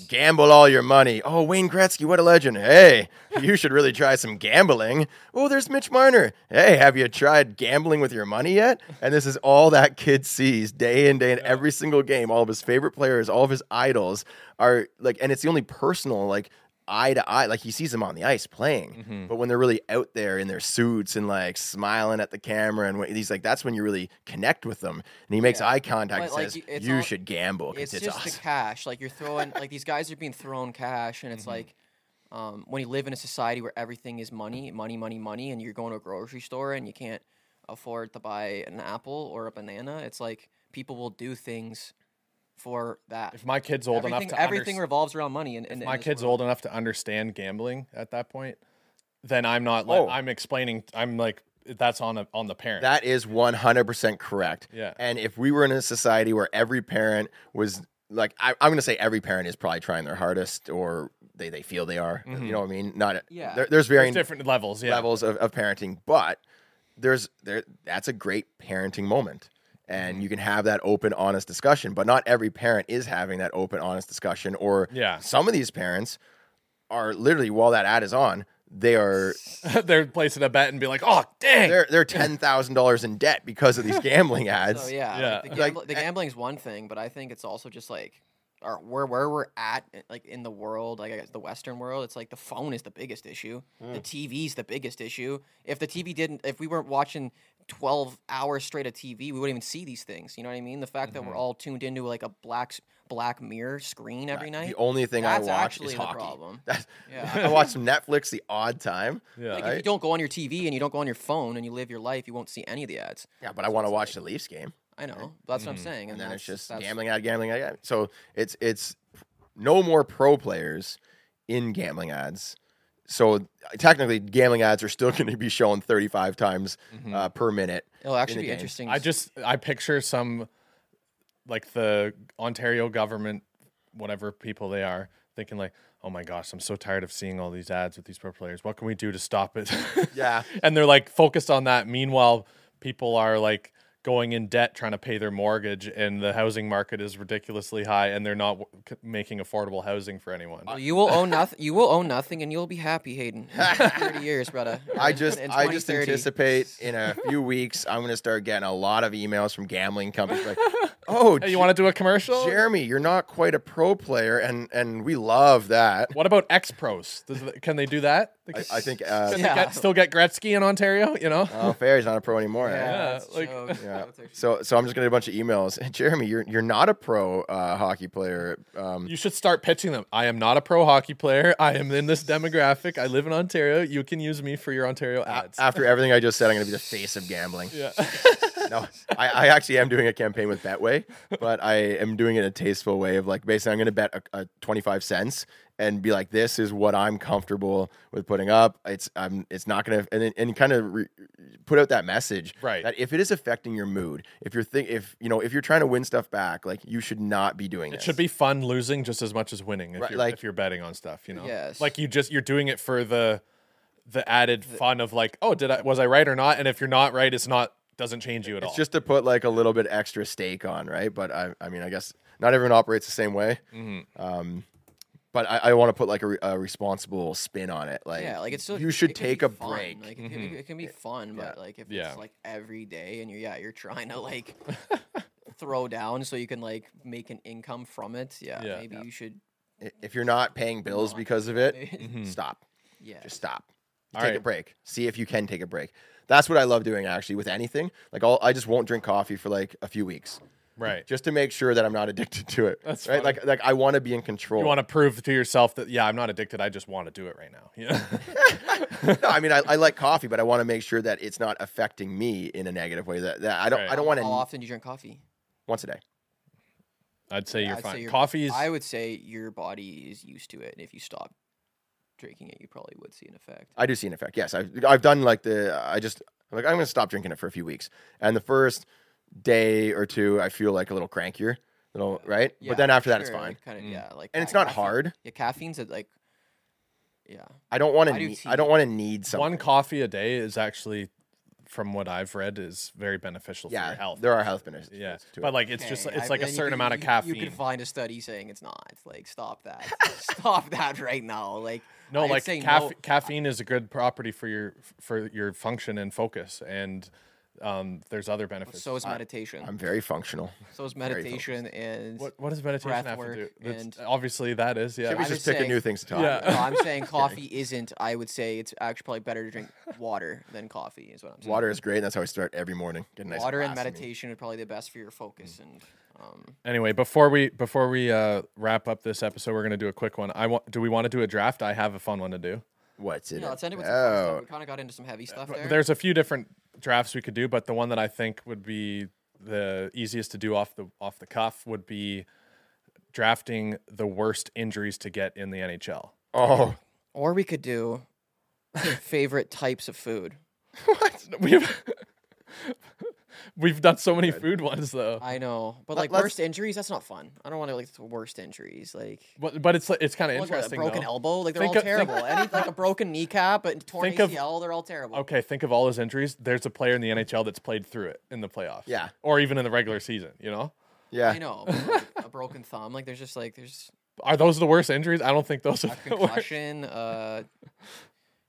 S2: gamble all your money. Oh Wayne Gretzky, what a legend! Hey, you should really try some gambling. Oh, there's Mitch Marner. Hey, have you tried gambling with your money yet? And this is all that kid sees day in day in every single game. All of his favorite players, all of his idols are like, and it's the only personal like eye to eye. Like he sees them on the ice playing,
S4: Mm-hmm.
S2: but when they're really out there in their suits and like smiling at the camera and wh- he's like, that's when you really connect with them. And he makes eye contact
S4: But, like,
S2: and says,
S4: y- it's
S2: "You
S4: all-
S2: should gamble
S4: It's,
S2: because it's,
S4: just
S2: awesome."
S4: the cash. Like you're throwing, like these guys are being thrown cash, and it's
S2: Mm-hmm.
S4: like um, when you live in a society where everything is money, money, money, money, and you're going to a grocery store and you can't afford to buy an apple or a banana. It's like people will do things for that. If
S5: my kid's old enough
S4: everything,
S5: to
S4: everything
S5: underst-
S4: revolves around money. And, and
S5: my kid's old enough to understand gambling at that point, then I'm not like
S2: Oh.
S5: I'm explaining. I'm like that's on a, on the parent.
S2: That is 100% correct.
S5: Yeah.
S2: And if we were in a society where every parent was like, I, I'm going to say every parent is probably trying their hardest or they, they feel they are.
S5: Mhm.
S2: You know what I mean? Not,
S5: Yeah.
S2: there- there's varying
S5: There's different levels, yeah.
S2: levels of, of parenting, but there's there that's a great parenting moment.
S5: Mm-hmm.
S2: And you can have that open, honest discussion, but not every parent is having that open, honest discussion. Or
S5: Yeah.
S2: some of these parents are literally while that ad is on, they are
S5: they're placing a bet and be like, oh dang,
S2: they're they're ten thousand dollars in debt because of these gambling ads.
S4: So yeah, like, the,
S2: Like, eh,
S4: gambl- the gambling's one thing, but I think it's also just like our, where where we're at, i- like in the world, like I guess the Western world, it's like the phone is the biggest issue. The
S11: Mm.
S4: TV's the biggest issue. If the TV didn't, if we weren't watching twelve hours straight of TV, we wouldn't even see these things. You know what I mean? The fact
S2: Mm-hmm.
S4: that we're all tuned into like a black s- black mirror screen every night.
S2: the only thing I
S4: that's
S2: watch
S4: actually
S2: is
S4: the
S2: hockey.
S4: problem.
S2: That's-
S4: Yeah.
S2: I watch some Netflix the odd time.
S4: Like if you
S2: right?
S4: don't go on your TV and you don't go on your phone and you live your life, you won't see any of the ads.
S2: Yeah, but I want to watch the Leafs game.
S4: I know. That's what I'm saying.
S2: Mm-hmm. And,
S4: And,
S2: then
S4: that's,
S2: it's just
S4: that's-
S2: gambling ad, gambling ad, gambling. So it's it's no more pro players in gambling ads. So technically, gambling ads are still going to be shown 35 times
S4: Mm-hmm.
S2: uh, per minute. in the game.
S5: I just I picture some like the Ontario government, whatever people they are, thinking like, oh my gosh, I'm so tired of seeing all these ads with these pro players. What can we do to stop it?
S2: yeah,
S5: and they're like focused on that. Meanwhile, people are like going in debt trying to pay their mortgage and the housing market is ridiculously high and they're not w- c- making affordable housing for
S2: Oh,
S5: anyone
S4: Well, Uh, you will own nothing. You will own nothing, and you'll be happy, Hayden. in Thirty years, brother.
S2: I
S4: In-
S2: just
S4: in
S2: I just
S4: 2030.
S2: anticipate in a few weeks I'm gonna start getting a lot of emails from gambling companies like, oh,
S5: Hey, you wanna do a commercial?
S2: Jeremy? You're not quite a pro player, and and we love that.
S5: What about ex pros? can they do that
S2: I, I think uh,
S5: Can they get, still get gretzky in ontario you know
S2: Oh, Fair's not a pro anymore. eh?
S5: yeah, like
S2: Yeah. So, so I'm just gonna get a bunch of emails. Jeremy, you're you're not a pro uh, hockey player. Um,
S5: You should start pitching them. I am not a pro hockey player. I am in this demographic. I live in Ontario. You can use me for your Ontario ads.
S2: after everything I just said, I'm gonna be the face of gambling.
S5: Yeah.
S2: no, I, I actually am doing a campaign with Betway, but I am doing it in a tasteful way of like basically I'm going to bet a, a 25 cents and be like, this is what I'm comfortable with putting up. It's I'm it's not going to and then- and kind of re, put out that message
S5: Right.
S2: that if it is affecting your mood, if you're think if you know if you're trying to win stuff back, like you should not be doing
S5: it
S2: this.
S5: should be fun losing just as much as winning if
S2: Right,
S5: you're
S2: like-
S5: if you're betting on stuff, you know.
S2: Yes.
S5: Like you just you're doing it for the the added fun of like, oh, did I was I right or not? And if you're not right, it's not doesn't change you at all.
S2: It's just to put like a little bit extra stake on, right? But I, I mean, I guess not everyone operates the same way.
S5: Mhm.
S2: Um, but I, I want to put like a, re- a responsible spin on it. Like,
S4: yeah, like it's still,
S2: you should
S4: it can be
S2: take a
S4: fun.
S2: break.
S4: Like it, can
S5: Mm-hmm.
S4: be- it can be fun, but like if
S2: Yeah.
S4: it's like every day, and you're yeah, you're trying to like throw down so you can like make an income from it. Yeah,
S2: Yeah.
S4: maybe you should.
S2: I- If you're not paying bills because of it,
S4: Mhm.
S2: stop.
S4: Yeah.
S2: Just stop. You
S5: Mm-hmm. All
S2: take a
S5: right.
S2: break. See if you can take a break. That's what I love doing actually with anything. Like I'll, I just won't drink coffee for like a few weeks.
S5: Right.
S2: Just to make sure that I'm not addicted to it.
S5: That's
S2: right.
S5: funny.
S2: Like like I want to be in control.
S5: you want to prove to yourself that yeah, I'm not addicted. I just want to do it right now. Yeah.
S2: no, I mean I, I like coffee, but I want to make sure that it's not affecting me in a negative way. That, that I don't I don't want
S4: How
S2: to
S4: often do you drink coffee?
S2: once a day.
S5: I'd say you're
S4: I'd say
S5: fine.
S4: your-
S5: Coffee's
S4: I would say your body is used to it, and if you stop drinking it, you probably would see an effect.
S2: I do see an effect. Yes, I've I've done like the I just I'm like I'm gonna stop drinking it for a few weeks, and the first day or two I feel like a little crankier, little right. but then after that it's fine.
S4: Kind of, yeah, like
S2: and
S4: ca-
S2: it's not
S4: caffeine-
S2: hard.
S4: Yeah, caffeine's a, like, yeah.
S2: I don't want
S4: I
S2: to.
S4: do
S2: need
S4: tea.
S2: I don't want to need something.
S5: One coffee a day is actually from what I've read, is very beneficial for
S2: Yeah,
S5: your health.
S2: there are health benefits
S5: Yeah,
S2: to it.
S5: but like it's just
S4: Okay,
S5: it's
S4: I-
S5: like a
S4: then you
S5: certain
S4: can-
S5: amount of
S4: you-
S5: caffeine.
S4: You can find a study saying it's not. It's Like, stop that. stop that right now. Like,
S5: no,
S4: I'd
S5: like
S4: say
S5: caffe-
S4: no. uh,
S5: caffeine is a good property for your for your function and focus, and um, there's other benefits.
S4: so is meditation.
S2: I'm very functional.
S4: So is
S5: Very
S4: meditation and
S5: What, what does meditation
S4: breath
S5: have
S4: work
S5: to do? That's-
S4: and
S5: obviously, that is yeah.
S2: Should we
S4: I'm
S2: just pick a
S4: saying-
S2: new things to talk
S5: Yeah.
S2: about?
S4: No, I'm saying
S2: Just kidding.
S4: coffee isn't. I would say it's actually probably better to drink water than coffee. Is what I'm saying.
S2: Water is great, and that's how I start every morning. Get a nice
S4: water and
S2: glass of me.
S4: meditation are probably the best for your focus and. Um,
S5: Anyway, before we before we uh, wrap up this episode, we're gonna do a quick one. I want. Do we want to do a draft? I have a fun one to do.
S2: What's Oh,
S4: yeah, let's end it with some fun stuff. We kind of got into some heavy stuff there.
S5: There's a few different drafts we could do, but the one that I think would be the easiest to do off the off the cuff would be drafting the worst injuries to get in the NHL.
S2: Oh.
S4: Or we could do favorite types of food.
S5: We've done so many food ones though.
S4: I know, but
S5: Let-
S4: like
S5: let's-
S4: worst injuries, that's not fun. I don't want to like th- worst injuries, like.
S5: But, but it's it's kind of
S4: What, what,
S5: interesting.
S4: A broken
S5: though.
S4: elbow, like they're
S5: Think
S4: all
S5: of- think-
S4: terrible. Any like a broken kneecap, but torn
S5: Think of-
S4: ACL, they're all terrible.
S5: Okay, think of all his injuries. There's a player in the NHL that's played through it in the playoffs.
S4: Yeah.
S5: Or even in the regular season, you know?
S4: I know. but, like, a broken thumb, like there's just like there's
S5: Are those the worst injuries? I don't think those
S4: a
S5: are the worst.
S4: concussion. uh,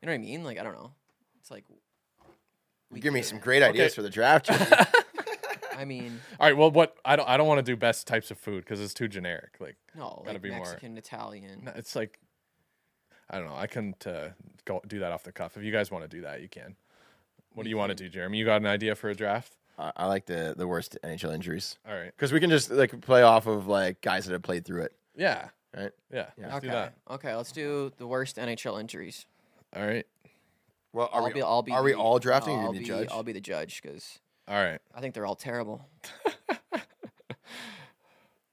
S4: you know what I mean? Like I don't know. It's like
S2: You give me some great ideas
S5: Okay.
S2: for the draft. Jimmy.
S4: I mean,
S5: All right, well what I don't I don't want to do best types of food cuz it's too generic. Like
S4: no,
S5: gotta
S4: like
S5: be
S4: Mexican, Italian.
S5: more. No, It's like I don't know. I couldn't uh, go do that off the cuff. If you guys want to do that, you can. What do you want to do, Jeremy? You got an idea for a draft?
S2: I, I like the the worst NHL injuries.
S5: All right.
S2: because we can just like play off of like guys that have played through it.
S5: Yeah.
S2: Right.
S5: Yeah. Let's
S4: okay.
S5: do that.
S4: Okay, let's do the worst NHL injuries.
S5: All right.
S2: Well,
S4: I'll be, I'll be.
S2: are we
S4: the-
S2: all drafting or
S4: no,
S2: you
S4: I'll
S2: gonna
S4: be.
S2: be judge?
S4: I'll be the judge because
S5: All right.
S4: I think they're all terrible.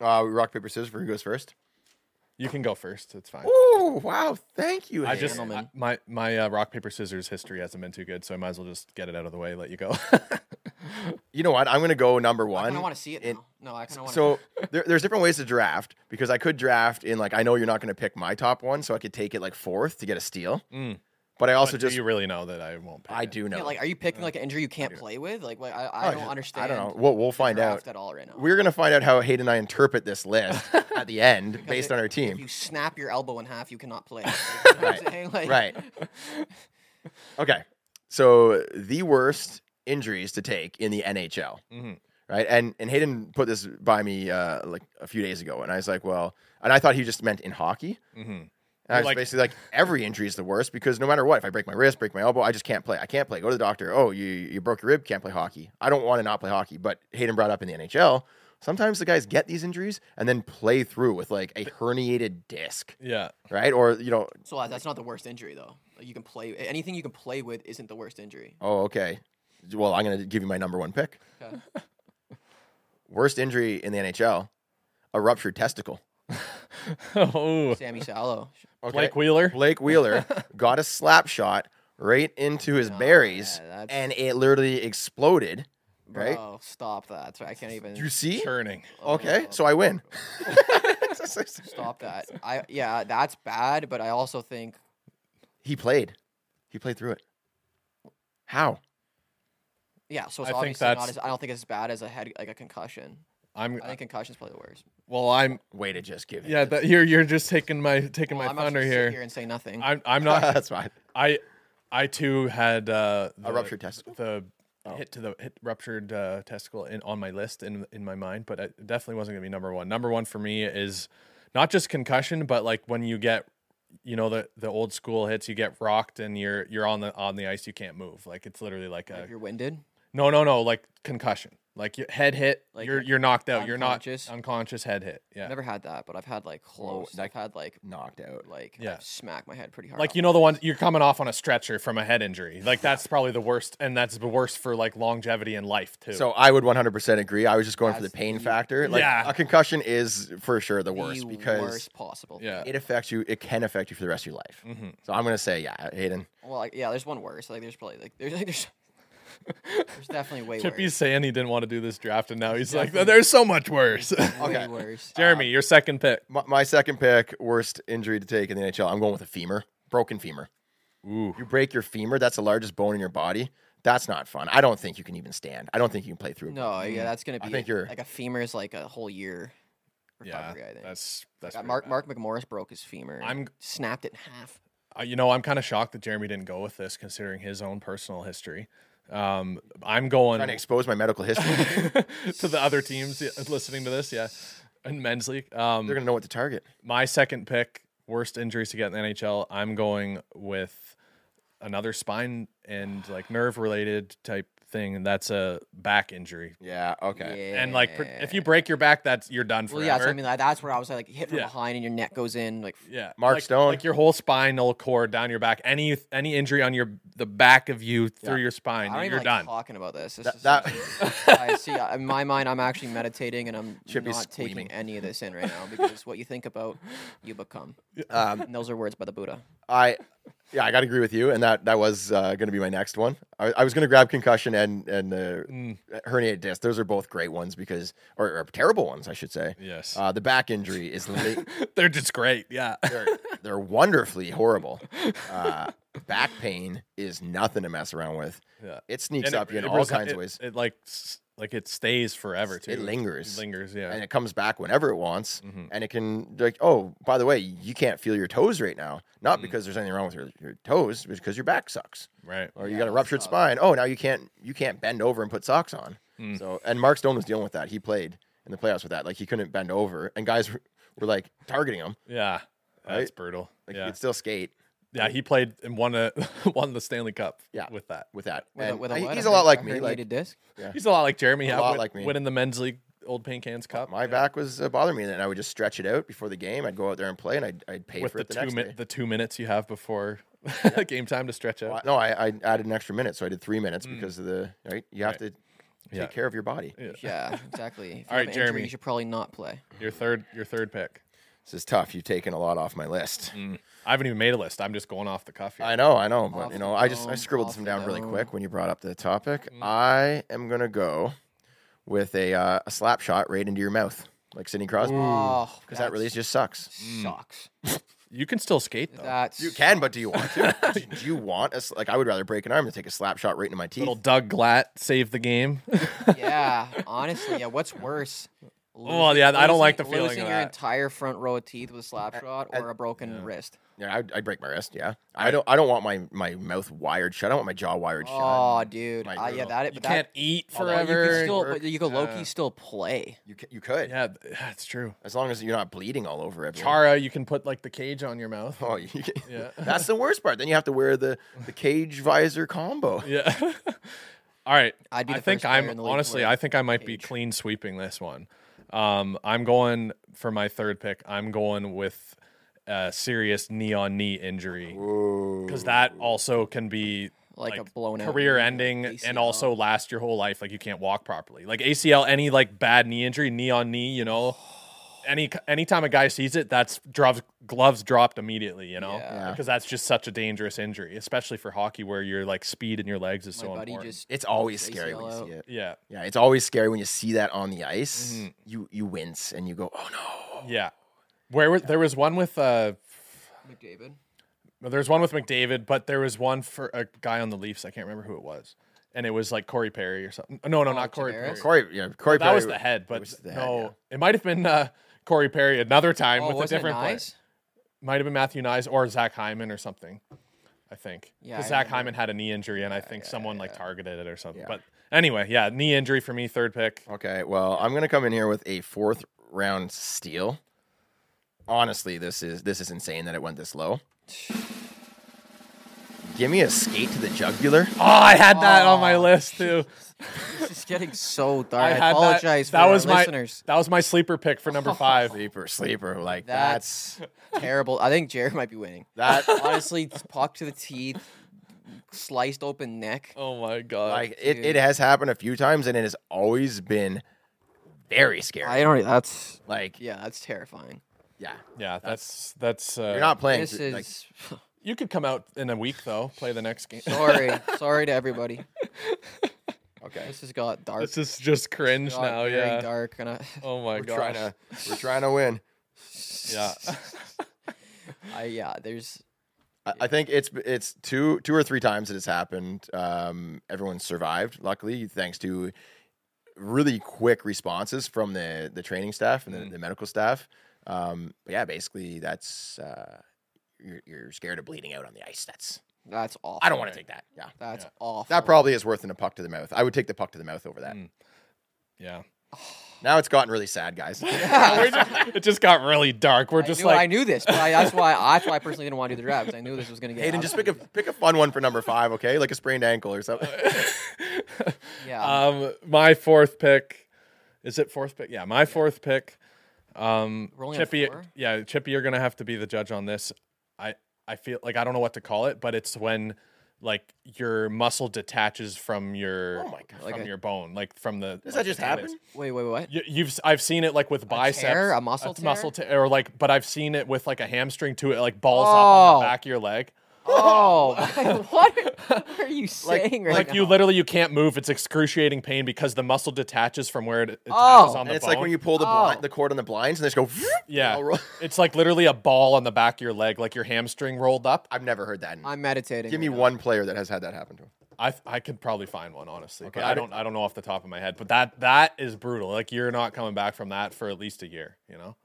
S2: Uh, rock paper scissors for who goes first.
S5: You can go first. It's fine.
S2: Oh wow! Thank you.
S5: I just
S2: Hannah.
S5: I- my my uh, rock paper scissors history hasn't been too good, so I might as well just get it out of the way. Let you go.
S2: you know what? I'm gonna go number one.
S4: I kind of want to see it
S2: in-
S4: now. No, I kind of want.
S2: So there, there's different ways to draft because I could draft in like I know you're not gonna pick my top one, so I could take it like fourth to get a steal.
S5: Mm.
S2: But I also
S5: But do
S2: just
S5: you really know that I won't. Pick
S2: I
S5: it?
S2: do know.
S4: Yeah, like, are you picking like an injury you can't play with? Like, what I, I don't understand.
S2: I don't know. We'll, we'll
S4: the
S2: find out.
S4: draft at all right now.
S2: We're gonna find out how Hayden and I interpret this list at the end
S4: Because
S2: based
S4: it-
S2: on our
S4: If
S2: team.
S4: you snap your elbow in half, you cannot play. Like, you know what I'm saying? Like-
S2: Right. Okay. So the worst injuries to take in the NHL.
S5: Mhm.
S2: Right. And and Hayden put this by me uh, like a few days ago, and I was like, well, and I thought he just meant in hockey.
S5: Mhm.
S2: And I was
S5: Like-
S2: basically like, every injury is the worst because no matter what, if I break my wrist, break my elbow, I just can't play. I can't play. Go to the doctor. Oh, you you broke your rib, can't play hockey. I don't want to not play hockey. But Hayden brought up in the NHL, sometimes the guys get these injuries and then play through with like a herniated disc,
S5: Yeah.
S2: right? Or you know,
S4: So uh, that's not the worst injury though. Like, you can play anything you can play with isn't the worst injury.
S2: oh okay, well I'm gonna give you my number one pick.
S4: Okay.
S2: Worst injury in the NHL, a ruptured testicle.
S5: oh.
S4: Sammy Salo.
S2: Okay.
S5: Blake Wheeler.
S2: Blake Wheeler got a slap shot right into his berries,
S4: that's-
S2: and it literally exploded. Right?
S4: Bro, stop that. I can't even.
S2: You see?
S5: Churning.
S2: Okay, so I win.
S4: Stop that. I yeah, that's bad. But I also think
S2: He played. He played through it. How?
S4: yeah. So
S5: I
S4: it's
S5: think
S4: obviously
S5: that's-
S4: not as I don't think it's as bad as a head like a concussion.
S5: I'm.
S4: I think concussions probably the worst.
S5: Well, I'm.
S2: Way to just give it.
S5: Yeah. That, you're you're just taking my taking
S4: Well,
S5: my
S4: I'm not just
S5: thunder
S4: gonna sit
S5: here.
S4: here and say nothing.
S5: I'm. I'm not.
S2: That's fine.
S5: I. I too had uh, the,
S2: A ruptured testicle. Oh.
S5: The hit to the hit ruptured uh, testicle in, on my list in in my mind, but it definitely wasn't gonna be number one. Number one for me is not just concussion, but like when you get you know the the old school hits, you get rocked and you're you're on the on the ice, you can't move. Like it's literally like a
S4: If you're winded.
S5: no no no like concussion, like your head hit,
S4: Like
S5: you're you're knocked out, you're not
S4: unconscious?
S5: unconscious head hit. Yeah,
S4: I've never had that, but I've had like close. I've had like
S2: Knocked out.
S4: like
S5: Yeah.
S4: I've smacked my head pretty hard.
S5: like
S4: off
S5: you
S4: my-
S5: know the ones you're coming off on a stretcher from a head injury. Like that's probably the worst, and that's the worst for like longevity in life too.
S2: So I would 100% agree. I was just going for the pain factor. Like
S5: Yeah.
S2: a concussion is for sure the
S4: the
S2: worst because
S4: worst possible.
S5: yeah,
S2: it affects you. It can affect you for the rest of your life.
S5: Mm-hmm.
S2: So I'm gonna say, yeah, Hayden.
S4: Well, like, yeah, there's one worse. Like there's probably like there's like, there's there's definitely way
S5: Chippy's
S4: worse.
S5: saying he didn't want to do this draft, and now he's like, "There's so much worse."
S4: Way worse.
S5: Jeremy, your second pick.
S2: My, my second pick, worst injury to take in the NHL. I'm going with a femur, broken femur.
S5: Ooh,
S2: You break your femur, that's the largest bone in your body. That's not fun. I don't think you can even stand. I don't think you can play through.
S4: No,
S5: Mm,
S4: yeah, that's gonna be
S2: I think you're.
S4: like a femur is like a whole year.
S5: Yeah,
S4: recovery, I think.
S5: that's that's
S4: Like,
S5: pretty
S4: Mark
S5: bad.
S4: Mark McMorris broke his femur. I'm snapped it in half.
S5: Uh, you know, I'm kind of shocked that Jeremy didn't go with this, considering his own personal history. Um, I'm going
S2: Trying to expose my medical
S5: history to the other teams yeah, listening to this. Yeah, in men's league, um,
S2: They're gonna know what to target.
S5: My second pick, worst injuries to get in the NHL. I'm going with another spine and like nerve related type thing, and that's a back injury.
S2: Yeah.
S5: Okay. And like, pr- if you break your back, that's you're done forever.
S4: Well, yeah, so I mean, like, that's where I was like hit from
S5: Yeah.
S4: behind and your neck goes in. Like,
S5: Yeah,
S2: Mark
S5: like,
S2: Stone.
S5: like your whole spinal cord down your back. Any any injury on your the back of you through your spine,
S4: I don't
S5: you're
S4: even
S5: done.
S4: like talking about this. This
S2: That-
S4: is
S2: that-
S4: I see. I- In my mind, I'm actually meditating and I'm
S2: Chippy's
S4: not taking
S2: screaming.
S4: any of this in right now because what you think about, you become.
S2: Um,
S4: and those are words by the Buddha.
S2: I yeah, I got to agree with you, and that that was uh, going to be my next one. I, I was going to grab concussion and and uh,
S5: Mm.
S2: herniated disc. Those are both great ones because, or, or terrible ones, I should say.
S5: Yes.
S2: Uh, the back injury is la-
S5: They're just great. Yeah.
S2: they're, they're wonderfully horrible. Uh, back pain is nothing to mess around with.
S5: Yeah.
S2: It sneaks
S5: And
S2: up you in
S5: it
S2: all
S5: resi-
S2: kinds
S5: it-
S2: of ways.
S5: It like s- like it stays forever too.
S2: It lingers.
S5: lingers. Yeah. Mm-hmm.
S2: and it comes back whenever it wants and it can like oh by the way you can't feel your toes right now not
S5: Mm.
S2: because there's anything wrong with your, your toes but because your back sucks
S5: right
S2: or you got a ruptured spine oh now you can't you can't bend over and put socks on
S5: Mm.
S2: so and mark stone was dealing with that he played in the playoffs with that like he couldn't bend over and guys were, were like targeting him
S5: yeah. That's
S2: Right?
S5: brutal.
S2: like he
S5: yeah.
S2: could still skate
S5: Yeah. He played and won a won the Stanley Cup.
S2: Yeah.
S5: With that.
S2: with that
S4: With a,
S2: And
S4: with a
S2: he-
S4: what?
S2: he's a lot like me
S4: herniated
S2: like
S4: disc.
S2: yeah.
S5: He's a lot like Jeremy.
S2: A
S5: yeah,
S2: lot
S5: win-
S2: like me.
S5: Winning the men's league old paint cans cup
S2: my back was uh, bothering me, and I would just stretch it out before the game. I'd go out there and play, and I'd, I'd pay
S5: with
S2: for
S5: the,
S2: it the
S5: two
S2: next
S5: min-
S2: day.
S5: the two minutes you have before game time to stretch out.
S2: Well, no, I, I added an extra minute, so I did three minutes because of the right. You have to take
S5: Mm. Yeah.
S2: care of your body.
S4: Yeah, exactly. If you
S5: All right,
S4: have an injury,
S5: Jeremy.
S4: you should probably not play.
S5: Your third your third pick.
S2: This is tough. You've taken a lot off my list.
S5: I haven't even made a list. I'm just going off the cuff here.
S2: I know, I know, but
S4: Off
S2: you
S4: the
S2: know, I just I
S4: dome,
S2: scribbled
S4: off
S2: some
S4: the
S2: down really
S4: dome.
S2: quick when you brought up the topic.
S5: Mm.
S2: I am gonna go with a uh, a slap shot right into your mouth, like Sidney Crosby,
S4: Oh,
S2: because that really
S4: that's-
S2: just sucks.
S4: sucks.
S5: You can still skate though.
S4: That's
S2: You can, but do you want to? do, do you want a, s- like? I would rather break an arm than take a slap shot right into my teeth.
S5: Little Doug Glatt saved the game.
S4: yeah. Honestly, yeah. What's worse?
S5: Oh, yeah, I don't like the feeling of
S4: Losing your
S5: that.
S4: entire front row of teeth with a slap shot or a broken wrist.
S2: Yeah, I'd, I'd break my wrist. Yeah, I don't. I don't want my, my mouth wired shut. I don't want my jaw wired shut.
S4: Oh, dude.
S2: My
S4: I, yeah,
S2: girl.
S4: that.
S5: You
S4: but that,
S5: can't eat
S4: Although you could
S5: forever. and
S4: still,
S5: work.
S4: but you could Loki
S5: Yeah.
S4: still play.
S2: You c- you could
S5: Yeah, th- that's true.
S2: as long as you're not bleeding all over everyone.
S5: Chara, you can put like the cage on your mouth.
S2: Oh, you,
S5: Yeah.
S2: that's the worst part. Then you have to wear the, the cage visor combo.
S5: Yeah. All right.
S4: I'd be
S5: I
S4: the
S5: think
S4: first player
S5: I'm
S4: in the league to
S5: honestly,
S4: wear
S5: I think I might be clean sweeping this one. Um, I'm going for my third pick. I'm going with a serious knee on knee injury because that also can be
S4: Like a blown out
S5: career
S4: knee,
S5: ending and
S4: ACL.
S5: also last your whole life. Like you can't walk properly. Like ACL, any like bad knee injury, knee on knee, you know. Any anytime a guy sees it, that's drops gloves dropped immediately, you know,
S4: Yeah.
S5: because that's just such a dangerous injury, especially for hockey where your like speed in your legs is
S4: My
S5: so
S4: buddy
S5: important.
S4: just
S2: It's always
S4: ACL
S2: scary when you see
S4: out.
S2: it.
S5: Yeah,
S2: Yeah, it's always scary when you see that on the ice.
S5: Mm-hmm.
S2: You you wince and you go, oh no.
S5: yeah. Where was, there was one with uh,
S4: McDavid.
S5: there's one with McDavid, but there was one for a guy on the Leafs. I can't remember who it was, and it was like Corey Perry or something. No, no, not Corey
S4: Oh, Tavares?
S5: Perry.
S2: Corey, yeah, Corey.
S5: that was
S2: Perry-
S5: the head, but
S2: was the head,
S5: no,
S2: yeah.
S5: it might have been uh, Corey Perry another time
S4: Oh,
S5: with a
S4: wasn't it
S5: different player.
S4: nice?
S5: Might have been Matthew Nyes or Zach Hyman or something. I think.
S4: Yeah,
S5: Because
S4: I
S5: Zach
S4: remember.
S5: Hyman had a knee injury, and I think someone like targeted it or something. But anyway, yeah, knee injury for me, third
S4: Oh.
S5: pick.
S2: Okay, well, I'm gonna come in here with a fourth round steal. Honestly, this is this is insane that it went this low. Give me a skate to the jugular.
S5: Oh, I had that on my list too.
S4: This is getting so dark. Oh.
S5: I,
S4: I,
S5: had that-
S4: apologize
S5: That,
S4: for
S5: was
S4: our
S5: my
S4: listeners.
S5: that was my sleeper pick for number five.
S2: Sleeper, sleeper, like that's
S4: That's terrible. I think Jared might be winning.
S2: that
S4: Honestly, puck to the teeth, sliced open neck.
S5: Oh my god!
S2: like it,
S4: Dude.
S2: it has happened a few times and it has always been very scary.
S4: I don't. e, That's
S2: like
S4: yeah. That's terrifying.
S2: yeah.
S5: yeah, that's that's. Uh,
S2: You're not playing.
S4: This
S2: through-
S4: is.
S2: like,
S5: You could come out in a week though. Play the next game.
S4: sorry, sorry to everybody.
S2: okay.
S4: This has got dark.
S5: this is just cringe
S4: got
S5: now.
S4: very
S5: Yeah.
S4: dark. And I,
S5: Oh my
S2: We're trying
S5: god.
S2: to we're trying to win.
S5: Yeah.
S4: I yeah. There's.
S2: I, I think it's it's two two or three times that it's happened. Um, everyone survived, luckily, thanks to really quick responses from the the training staff and the,
S5: Mm-hmm.
S2: the medical staff. Um, but yeah, basically, that's uh, you're, you're scared of bleeding out on the ice. That's
S4: That's awful.
S2: I don't want to take that. Yeah,
S4: That's
S2: Yeah.
S4: awful.
S2: That probably is worse than a puck to the mouth. I would take the puck to the mouth over that.
S5: Mm. Yeah.
S2: Now it's gotten really sad, guys.
S5: We're just- it just got really dark. We're
S4: I
S5: just
S4: knew,
S5: like
S4: I knew this, but I, that's why that's why I personally didn't want to do the draft. 'cause I knew this was going to get.
S2: Hayden,
S4: out
S2: just
S4: of
S2: pick a pick a fun one for number five, okay? Like a sprained ankle or something.
S4: Yeah.
S5: Um, my fourth pick. Is it fourth pick? Yeah, my fourth pick. Um,
S4: We're only on
S5: Chippy.
S4: four?
S5: Yeah, Chippy, you're gonna have to be the judge on this. I I feel like I don't know what to call it, but it's when like your muscle detaches from your
S2: Oh my God.
S5: from
S2: Like a-
S5: your bone, like from the.
S2: Does
S5: like
S2: that just
S5: the tendons.
S2: happen?
S4: Wait, wait, what?
S5: You, you've I've seen it like with biceps,
S4: tear? A muscle
S5: muscle
S4: tear?
S5: tear, or like, but I've seen it with like a hamstring too. It like balls up on the
S4: Oh.
S5: back of your leg.
S4: Oh, what are- what are you
S5: Like,
S4: saying right
S5: like
S4: now?
S5: you literally you can't move. It's excruciating pain because the muscle detaches from where it attaches
S4: Oh.
S5: on
S2: And
S5: the
S2: it's like when
S5: bone.
S2: you pull the blind, the cord on the blinds and they just go. all
S5: Yeah,
S2: ro-
S5: it's like literally a ball on the back of your leg, like your hamstring rolled up.
S2: I've never heard that. in-
S4: I'm meditating.
S2: Give me
S4: right now.
S2: one player that has had that happen to him.
S5: I I could probably find one honestly,
S2: Okay,
S5: but
S2: I
S5: I
S2: don't-
S5: don't I don't know off the top of my head. But that that is brutal. Like you're not coming back from that for at least a year. You know,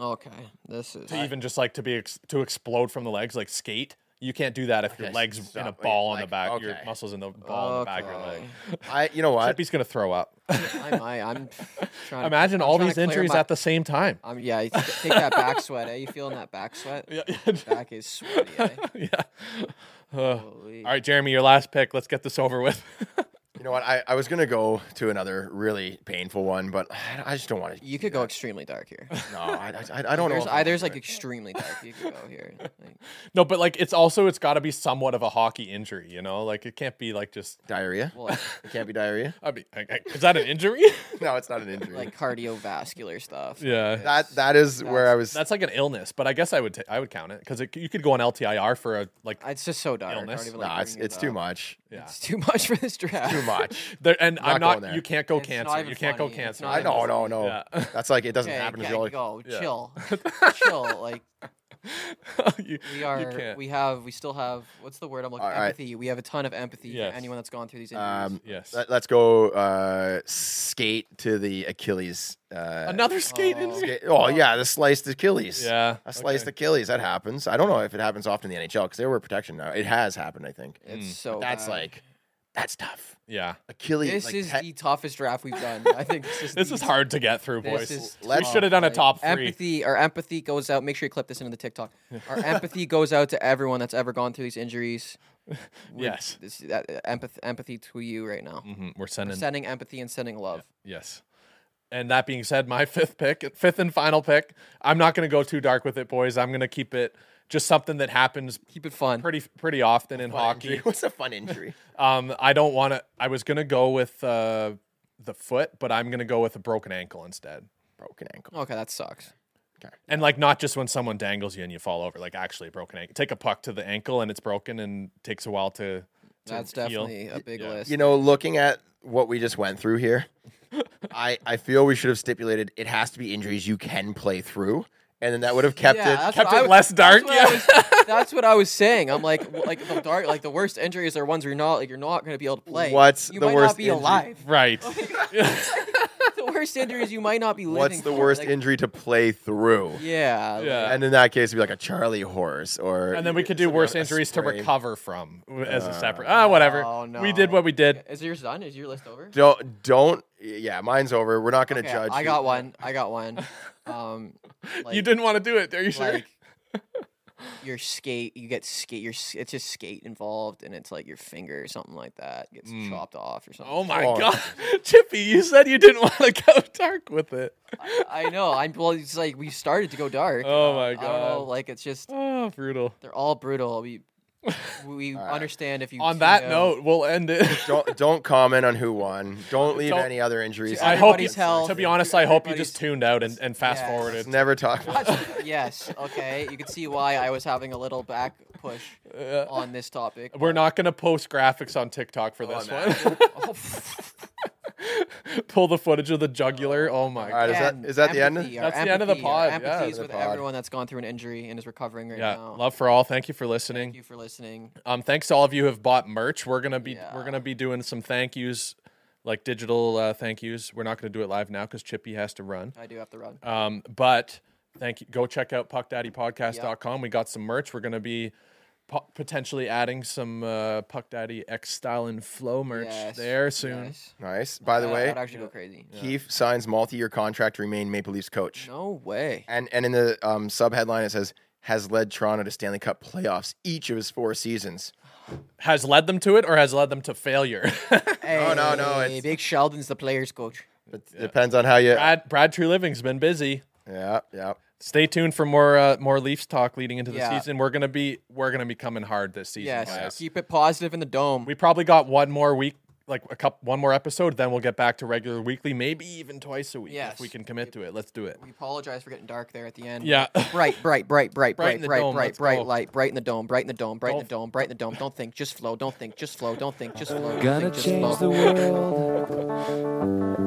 S4: Okay, this is.
S5: to even just like to be ex- to explode from the legs, like skate. You can't do that if your
S2: Okay,
S5: legs in a
S2: stop.
S5: ball on
S2: Like,
S5: the back, your
S2: okay.
S5: muscles in the ball on the back of your leg.
S2: I, you know what?
S5: Chippy's gonna throw up.
S4: I'm, I, I'm trying. to-
S5: Imagine
S4: I'm
S5: all
S4: trying
S5: these
S4: to clear
S5: injuries
S4: my-
S5: at the same time.
S4: I'm, yeah, you t- take that back sweat. Eh? You feeling that back sweat?
S5: Yeah.
S4: Back is sweaty. Eh?
S5: yeah. Uh, all
S4: Holy.
S5: right, Jeremy, your last pick. Let's get this over with.
S2: You know what? I, I was gonna go to another really painful one, but I just don't want to.
S4: You could go extremely dark here.
S2: No, I, I, I don't know.
S4: there's,
S2: if
S4: I,
S2: I'm
S4: there's
S2: gonna
S4: like
S2: do it.
S4: extremely dark. You could go here. Like,
S5: No, but like it's also it's got to be somewhat of a hockey injury, you know? Like it can't be like just
S2: diarrhea.
S4: well, like,
S2: It can't be diarrhea.
S5: I mean, I, I- is that an injury?
S2: No, it's not an injury.
S4: like cardiovascular stuff.
S5: yeah.
S2: that that is where I was.
S5: That's like an illness, but I guess I would t- I would count it cuz you could go on LTIR for a like
S4: It's just so dark. I don't
S5: Illness?
S4: even like
S2: Nah, it's
S4: bringing it
S2: it's too
S4: up.
S2: much.
S5: yeah.
S4: It's too much for this draft.
S2: Too much.
S5: There, and
S2: Not going
S5: I'm not
S2: there.
S5: you can't go
S4: It's not
S5: cancer.
S4: even
S5: You can't
S4: funny,
S5: go
S4: it's
S5: cancer.
S4: not
S2: I
S4: even
S2: no no no.
S5: Yeah.
S2: That's like it doesn't
S4: Okay,
S2: happen.
S4: okay,
S2: to you
S4: go.
S5: Yeah.
S4: Chill. Chill. Like
S5: you,
S4: we
S5: you
S4: are.
S5: can't.
S4: We have. We still have. What's the word I'm looking?
S2: All right.
S4: empathy. We have a ton of empathy
S5: Yes.
S4: for anyone that's gone through these injuries.
S2: Um,
S5: Yes.
S2: let, us go uh, skate to the Achilles. Uh,
S5: Another skate
S4: Oh.
S5: injury.
S2: skate- Oh yeah, the sliced Achilles.
S5: Yeah.
S2: a sliced
S5: okay.
S2: Achilles. That happens. I don't know if it happens often in the NHL because they were protection now. It has happened, I think.
S4: it's
S5: mm,
S4: so.
S2: That's
S4: bad.
S2: like that's tough.
S5: Yeah.
S2: Achilles.
S4: This
S2: like,
S4: is
S2: te-
S4: the toughest draft we've done. I think this is.
S5: This
S4: the-
S5: is hard to get through,
S4: This
S5: boys.
S4: is
S5: we
S2: tough.
S5: should have done a
S4: like,
S5: top 3.
S4: Empathy. Our empathy goes out. Make sure you clip this into the TikTok. Our empathy goes out to everyone that's ever gone through these injuries.
S5: Yes.
S4: This, that, uh, empathy, empathy to you right now.
S5: hmm We're
S4: We're
S5: sending
S4: Sending empathy and sending love.
S5: Yes. And that being said, my fifth pick, fifth and final pick. I'm not going to go too dark with it, boys. I'm going to keep it just something that happens
S4: Keep it fun.
S5: pretty pretty often in
S2: fun
S5: hockey.
S2: injury. What's a fun injury?
S5: Um, I don't want to. I was going to go with uh, the foot, but I'm going to go with a broken ankle instead.
S2: Broken ankle.
S4: Okay, that sucks.
S5: And like not just when someone dangles you and you fall over, like actually a broken ankle. Take a puck to the ankle and it's broken and takes a while to. to
S4: That's
S5: heal.
S4: definitely a big
S5: yeah.
S4: list.
S2: You know, looking at what we just went through here, I I feel we should have stipulated it has to be injuries you can play through, and then that would have kept
S4: Yeah,
S2: it.
S4: that's
S5: kept
S4: what I
S5: it
S4: was-
S5: less dark,
S4: That's what, I was, that's what I was saying. I'm like, w- like the dark, like the worst injuries are ones where you're not, like, you're not going to be able to play.
S2: What's
S4: you
S2: the
S4: might
S2: worst
S4: not be
S2: injury?
S4: alive.
S5: Right.
S4: the worst injuries you might not be living.
S2: What's the
S4: for,
S2: worst
S4: like-
S2: injury to play through?
S4: Yeah. like-
S5: yeah.
S2: And in that case, it'd be like a Charlie horse, or
S5: and then we could do worse
S2: a
S5: injuries to
S2: sprain.
S5: recover from as a separate. Ah, whatever.
S4: Oh,
S5: We did what we did.
S4: Is yours done? Is your list over?
S2: Don't don't. Yeah, mine's over. We're not going to
S4: Okay,
S2: judge.
S4: I
S2: who-
S4: got one. I got one. Um, like,
S5: you didn't want to do it. Are you sure?
S4: Like, your skate, you get skate. Your s- it's just skate involved, and it's like your finger or something like that gets chopped off or something.
S5: Mm. oh my
S2: Oh.
S5: god, Chippy! You said you didn't want to go dark with it.
S4: I know. I'm well. It's like we started to go dark.
S5: Oh my
S4: I don't know,
S5: God.
S4: like it's just
S5: Oh, brutal.
S4: they're all brutal. We we understand if you.
S5: On
S4: tune
S5: that
S4: out.
S5: note, we'll end it.
S2: Don't don't comment on who won. Don't leave
S5: Don't-
S2: any other injuries.
S5: I hope.
S4: Everybody's health.
S5: To be honest, I hope you
S4: Everybody's-
S5: just tuned out and, and fast
S4: Yes.
S5: forwarded.
S2: Never talk. About
S4: yes. Okay. You can see why I was having a little back push on this topic. Oh,
S5: We're not gonna post graphics on TikTok for this one. pull the footage of the jugular. Oh my
S2: All right, is that- is that the end?
S4: Empathy, our
S5: That's the end of the
S4: empathy, our
S5: pod.
S4: Empathy
S5: yeah,
S4: is
S5: the
S4: with
S5: pod.
S4: everyone that's gone through an injury and is recovering right
S5: yeah,
S4: now.
S5: love for all. Thank you for listening.
S4: Thank you for listening.
S5: Um, thanks to all of you who have bought merch. We're gonna be we're gonna be doing some thank yous, like digital uh, thank yous. We're not gonna do it live now because Chippy has to run.
S4: I do have to run.
S5: Um, but thank you. Go check out puckdaddypodcast.com. We got some merch. We're gonna be po- potentially adding some uh, Puck Daddy X Style and Flow merch
S4: Yes,
S5: there soon.
S2: Nice. By the
S4: That-
S2: way,
S4: that'd actually go crazy.
S2: Keefe signs multi-year contract to remain Maple Leafs coach.
S4: No way.
S2: And and in the um, sub headline it says has led Toronto to Stanley Cup playoffs each of his four seasons.
S5: Has led them to it or has led them to failure?
S2: No, no, no,
S4: Hey, Big Sheldon's the players coach.
S2: Depends on how you.
S5: Brad, Brad True Living's been busy.
S2: Yeah, yeah.
S5: Stay tuned for more uh, more Leafs talk leading into the
S4: Yeah.
S5: season. We're gonna be we're gonna be coming hard this season.
S4: Yes,
S5: guys.
S4: keep it positive in the dome.
S5: We probably got one more week, like a couple, one more episode. Then we'll get back to regular weekly, maybe even twice a week
S4: Yes.
S5: if we can commit to it. Let's do it.
S4: We apologize for getting dark there at the end.
S5: Yeah.
S4: bright, bright, bright, bright,
S5: Bright in
S4: bright,
S5: the
S4: bright,
S5: dome,
S4: bright,
S5: let's
S4: bright
S5: go.
S4: light, bright in the dome, bright in the dome, bright in the
S5: Don't-
S4: dome, bright in the dome. Don't think, just flow. Don't think, just flow. Don't think, just flow. Don't
S3: Gonna
S4: think, just
S3: change
S4: flow.
S3: the world with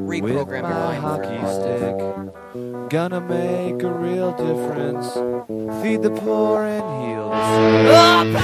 S4: Reprogram your
S3: my
S4: mind.
S3: hockey stick. Gonna make a real difference. Feed the poor and heal the sick.